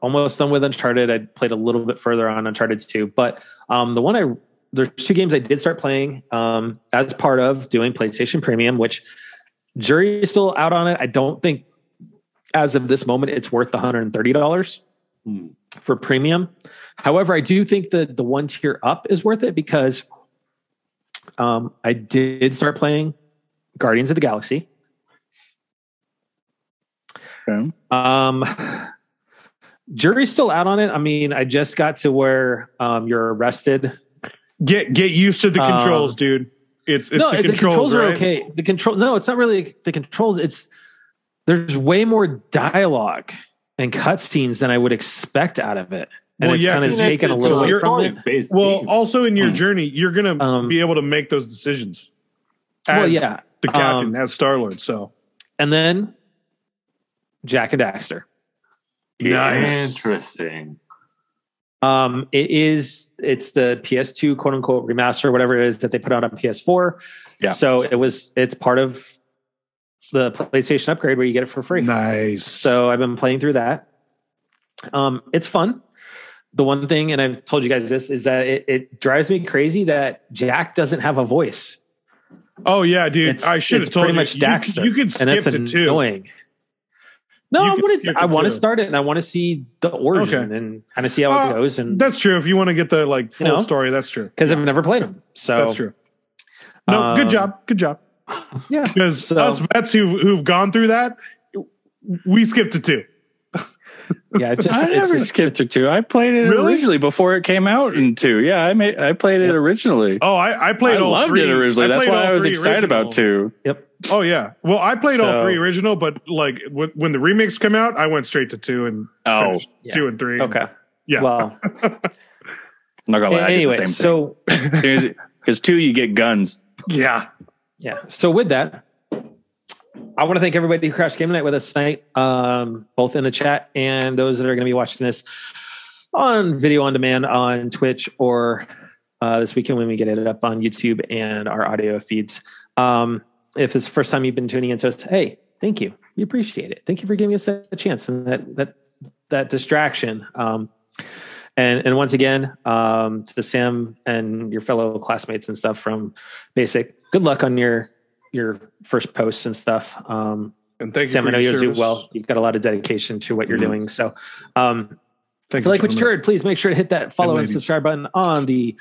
Speaker 1: almost done with Uncharted. I played a little bit further on Uncharted 2, but um, the one I there's two games I did start playing um, as part of doing PlayStation Premium, which jury is still out on it. I don't think as of this moment it's worth the $130
Speaker 2: Hmm.
Speaker 1: for premium. However, I do think that the one tier up is worth it because um, I did start playing Guardians of the Galaxy.
Speaker 3: Okay.
Speaker 1: Um, (sighs) jury's still out on it. I mean, I just got to where um, you're arrested
Speaker 4: Get get used to the
Speaker 1: Um,
Speaker 4: controls, dude. It's it's the, controls,
Speaker 1: are
Speaker 4: right?
Speaker 1: okay. The control, no, it's not really the controls. It's there's way more dialogue and cutscenes than I would expect out of it, and
Speaker 4: Well,
Speaker 1: it's
Speaker 4: yeah,
Speaker 1: kind of
Speaker 4: It's 'cause
Speaker 1: taken a little
Speaker 4: it's
Speaker 1: away
Speaker 4: your-
Speaker 1: from it.
Speaker 2: based
Speaker 4: Well, also in your
Speaker 3: Hmm.
Speaker 4: journey, you're gonna
Speaker 1: Mm. Um,
Speaker 4: be able to make those decisions. As
Speaker 1: Well, yeah,
Speaker 4: the
Speaker 1: um,
Speaker 4: captain, as Star Lord. So
Speaker 1: and then Jack and Daxter.
Speaker 2: Interesting.
Speaker 1: Um, it is it's the PS2 quote unquote remaster, whatever it is that they put out on PS4.
Speaker 3: Yeah.
Speaker 1: So it was it's part of the PlayStation upgrade where you get it for free.
Speaker 4: Nice.
Speaker 1: So I've been playing through that. Um, it's fun. The one thing, and I've told you guys this, is that it, it drives me crazy that Jack doesn't have a voice.
Speaker 4: oh yeah, dude.
Speaker 1: It's-
Speaker 4: I should have
Speaker 1: it's
Speaker 4: told
Speaker 1: pretty
Speaker 4: you.
Speaker 1: much
Speaker 4: you,
Speaker 1: Daxter,
Speaker 4: you could
Speaker 1: and
Speaker 4: skip
Speaker 1: that's
Speaker 4: to two.
Speaker 1: annoying. No,
Speaker 4: You
Speaker 1: I
Speaker 4: could
Speaker 1: want
Speaker 4: skip
Speaker 1: to.
Speaker 4: to
Speaker 1: I want to
Speaker 4: two.
Speaker 1: start it, and I want to see the origin
Speaker 4: Okay.
Speaker 1: and kind of see how
Speaker 4: Uh,
Speaker 1: it goes. And
Speaker 4: That's true. If you want to get the like full
Speaker 1: You know?
Speaker 4: story, that's true.
Speaker 1: because I've never played them, so
Speaker 4: That's true. No,
Speaker 1: um,
Speaker 4: good job.
Speaker 1: (laughs)
Speaker 4: Good job.
Speaker 1: Yeah.
Speaker 4: Because
Speaker 1: So-
Speaker 4: us vets who've, who've gone through that, we skipped to two.
Speaker 1: Yeah, it's just,
Speaker 3: (laughs) I
Speaker 1: it's
Speaker 3: never
Speaker 1: just-
Speaker 3: skipped through two. I played it
Speaker 4: Really?
Speaker 3: originally before it came out in two. Yeah, I made, I played it originally.
Speaker 4: Oh, I, I played
Speaker 3: I
Speaker 4: all
Speaker 3: loved
Speaker 4: three.
Speaker 3: it originally.
Speaker 4: I
Speaker 3: That's
Speaker 4: played
Speaker 3: why
Speaker 4: all
Speaker 3: I was
Speaker 4: three
Speaker 3: excited about two.
Speaker 4: originals.
Speaker 1: yep.
Speaker 4: Oh yeah. Well, I played all
Speaker 1: So-
Speaker 4: three original, but like when when the remakes come out, I went straight to two and
Speaker 3: Oh,
Speaker 4: finished two and three.
Speaker 1: Okay.
Speaker 4: Yeah.
Speaker 1: Well,
Speaker 3: I'm not gonna lie. I
Speaker 1: anyway,
Speaker 3: did Oh, the same
Speaker 1: so
Speaker 2: (laughs)
Speaker 3: thing. Because two, you get guns.
Speaker 4: yeah.
Speaker 1: Yeah. So with that, I want to thank everybody who crashed game night with us tonight, um, both in the chat and those that are going to be watching this on video on demand on Twitch or uh, this weekend when we get it up on YouTube and our audio feeds. Um, if it's the first time you've been tuning into us, hey, thank you. We appreciate it. Thank you for giving us that chance and that that that distraction. Um, and and once again, um, to Sam and your fellow classmates and stuff from Basic, good luck on your your first posts and stuff. Um,
Speaker 4: And thank you.
Speaker 1: Sam,
Speaker 4: for
Speaker 1: I know
Speaker 4: your
Speaker 1: you'll do
Speaker 4: service.
Speaker 1: well. You've got a lot of dedication to what you're doing. So, um,
Speaker 4: Thank
Speaker 1: if you like what you
Speaker 4: gentlemen.
Speaker 1: heard, please make sure to hit that follow
Speaker 4: And
Speaker 1: and,
Speaker 4: ladies.
Speaker 1: subscribe button on the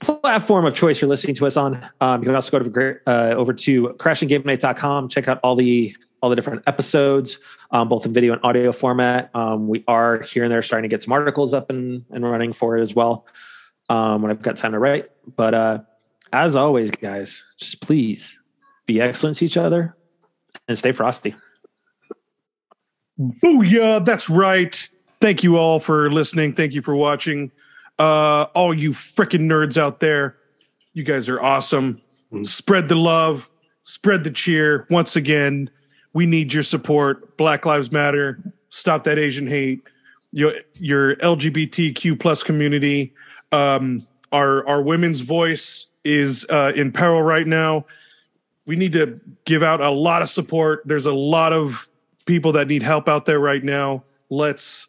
Speaker 1: platform of choice you're listening to us on. Um, you can also go to gr- uh, over to crashinggamenight.com. Check out all the all the different episodes, um, both in video and audio format. Um, we are here and there starting to get some articles up and, and running for it as well um, when I've got time to write. But uh, as always, guys, just please be excellent to each other and stay frosty.
Speaker 4: Oh yeah, that's right. Thank you all for listening. Thank you for watching. Uh, all you freaking nerds out there, you guys are awesome. Spread the love, spread the cheer. Once again, we need your support. Black Lives Matter. Stop that Asian hate. Your your LGBTQ plus community. Um, our our women's voice is uh, in peril right now we need to give out a lot of support. There's a lot of people that need help out there right now. Let's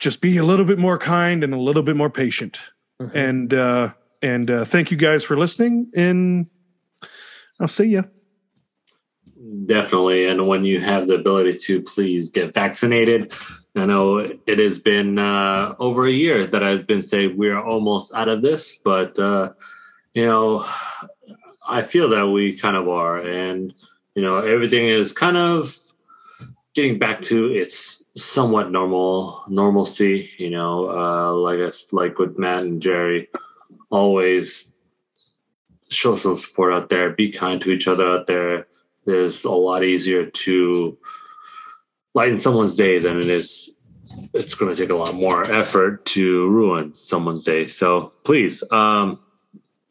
Speaker 4: just be a little bit more kind and a little bit more patient. And uh and uh thank you guys for listening and I'll see ya.
Speaker 2: Definitely. And when you have the ability to, please get vaccinated. I know it has been uh, over a year that I've been saying we're almost out of this, but, uh, you know, I feel that we kind of are. And, you know, everything is kind of getting back to its somewhat normal normalcy, you know, uh, like, us, like with Matt and Jerry, always show some support out there, be kind to each other out there it is a lot easier to lighten someone's day than it is it's going to take a lot more effort to ruin someone's day so please um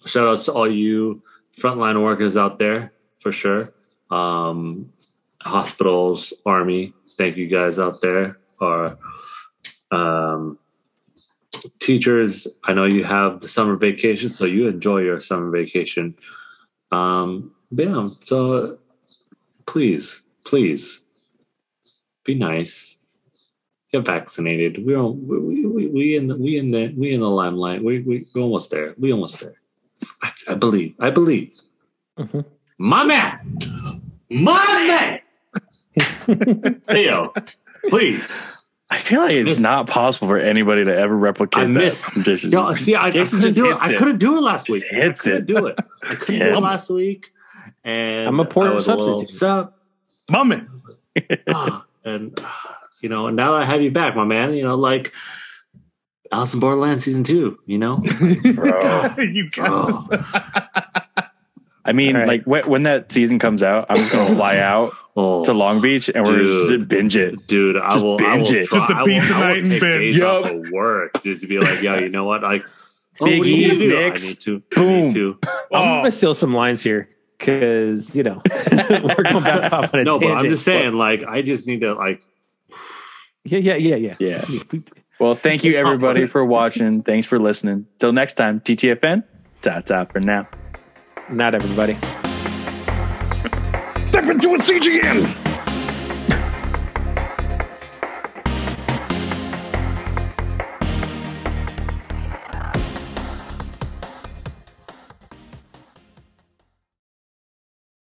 Speaker 2: shout outs to all you frontline workers out there for sure um hospitals army thank you guys out there our um teachers i know you have the summer vacation so you enjoy your summer vacation um but yeah so please, please be nice. Get vaccinated. We're all, we, we we in the we in the we in the limelight. We we we're almost there. We almost there. I, I believe. I believe.
Speaker 1: Mhm.
Speaker 2: My man, my
Speaker 1: (laughs)
Speaker 2: man. Theo, please.
Speaker 3: I feel like it's
Speaker 2: Miss-
Speaker 3: not possible for anybody to ever replicate
Speaker 2: I
Speaker 3: that. (laughs)
Speaker 2: miss-
Speaker 3: Just-
Speaker 2: Yo, see, I, I
Speaker 3: Jason
Speaker 2: couldn't
Speaker 3: just
Speaker 2: do it.
Speaker 3: hits
Speaker 2: I
Speaker 3: it.
Speaker 2: couldn't do it last week.
Speaker 3: Just
Speaker 2: I
Speaker 3: hits
Speaker 2: couldn't
Speaker 3: it.
Speaker 2: do it. I couldn't do it
Speaker 3: Hits
Speaker 2: last week. And
Speaker 1: I'm a poor
Speaker 2: I was little
Speaker 1: substitute.
Speaker 2: upset.
Speaker 4: Mummin.
Speaker 2: Ah, (laughs) and ah, you know, and now I have you back, my man. You know, like Alice in Borderland season two. You know, (laughs)
Speaker 3: Bro.
Speaker 4: (laughs) you guys.
Speaker 2: Oh,
Speaker 3: I mean,
Speaker 1: All right.
Speaker 3: like wh- when that season comes out, I'm just gonna
Speaker 2: (laughs)
Speaker 3: fly out
Speaker 2: oh,
Speaker 3: to Long Beach and we're just
Speaker 2: Dude.
Speaker 3: gonna binge it.
Speaker 2: dude, I
Speaker 3: Just
Speaker 2: will, I will
Speaker 3: binge it.
Speaker 2: try-
Speaker 4: Just a
Speaker 2: I will-
Speaker 4: pizza
Speaker 2: I will
Speaker 4: night and
Speaker 2: take
Speaker 4: binge.
Speaker 2: days
Speaker 3: Yup.
Speaker 2: off of work just to be like, yo, you know what, like. Oh,
Speaker 3: Big
Speaker 2: what do you
Speaker 3: E's,
Speaker 2: do? I
Speaker 3: Knicks.
Speaker 2: need to. I
Speaker 3: Boom.
Speaker 2: need to.
Speaker 1: I'm
Speaker 4: Oh,
Speaker 1: gonna steal some lines here because you know (laughs) we're going back off on a
Speaker 2: No,
Speaker 1: tangent.
Speaker 2: but I'm just saying, like, I just need to, like,
Speaker 1: Yeah, yeah, yeah, yeah.
Speaker 3: Yeah.
Speaker 1: We- we-
Speaker 3: Well, thank
Speaker 2: (laughs)
Speaker 3: you everybody for watching. Thanks for listening. Till next time, TTFN. Ta ta for now.
Speaker 1: Not everybody.
Speaker 4: Step into a siege again.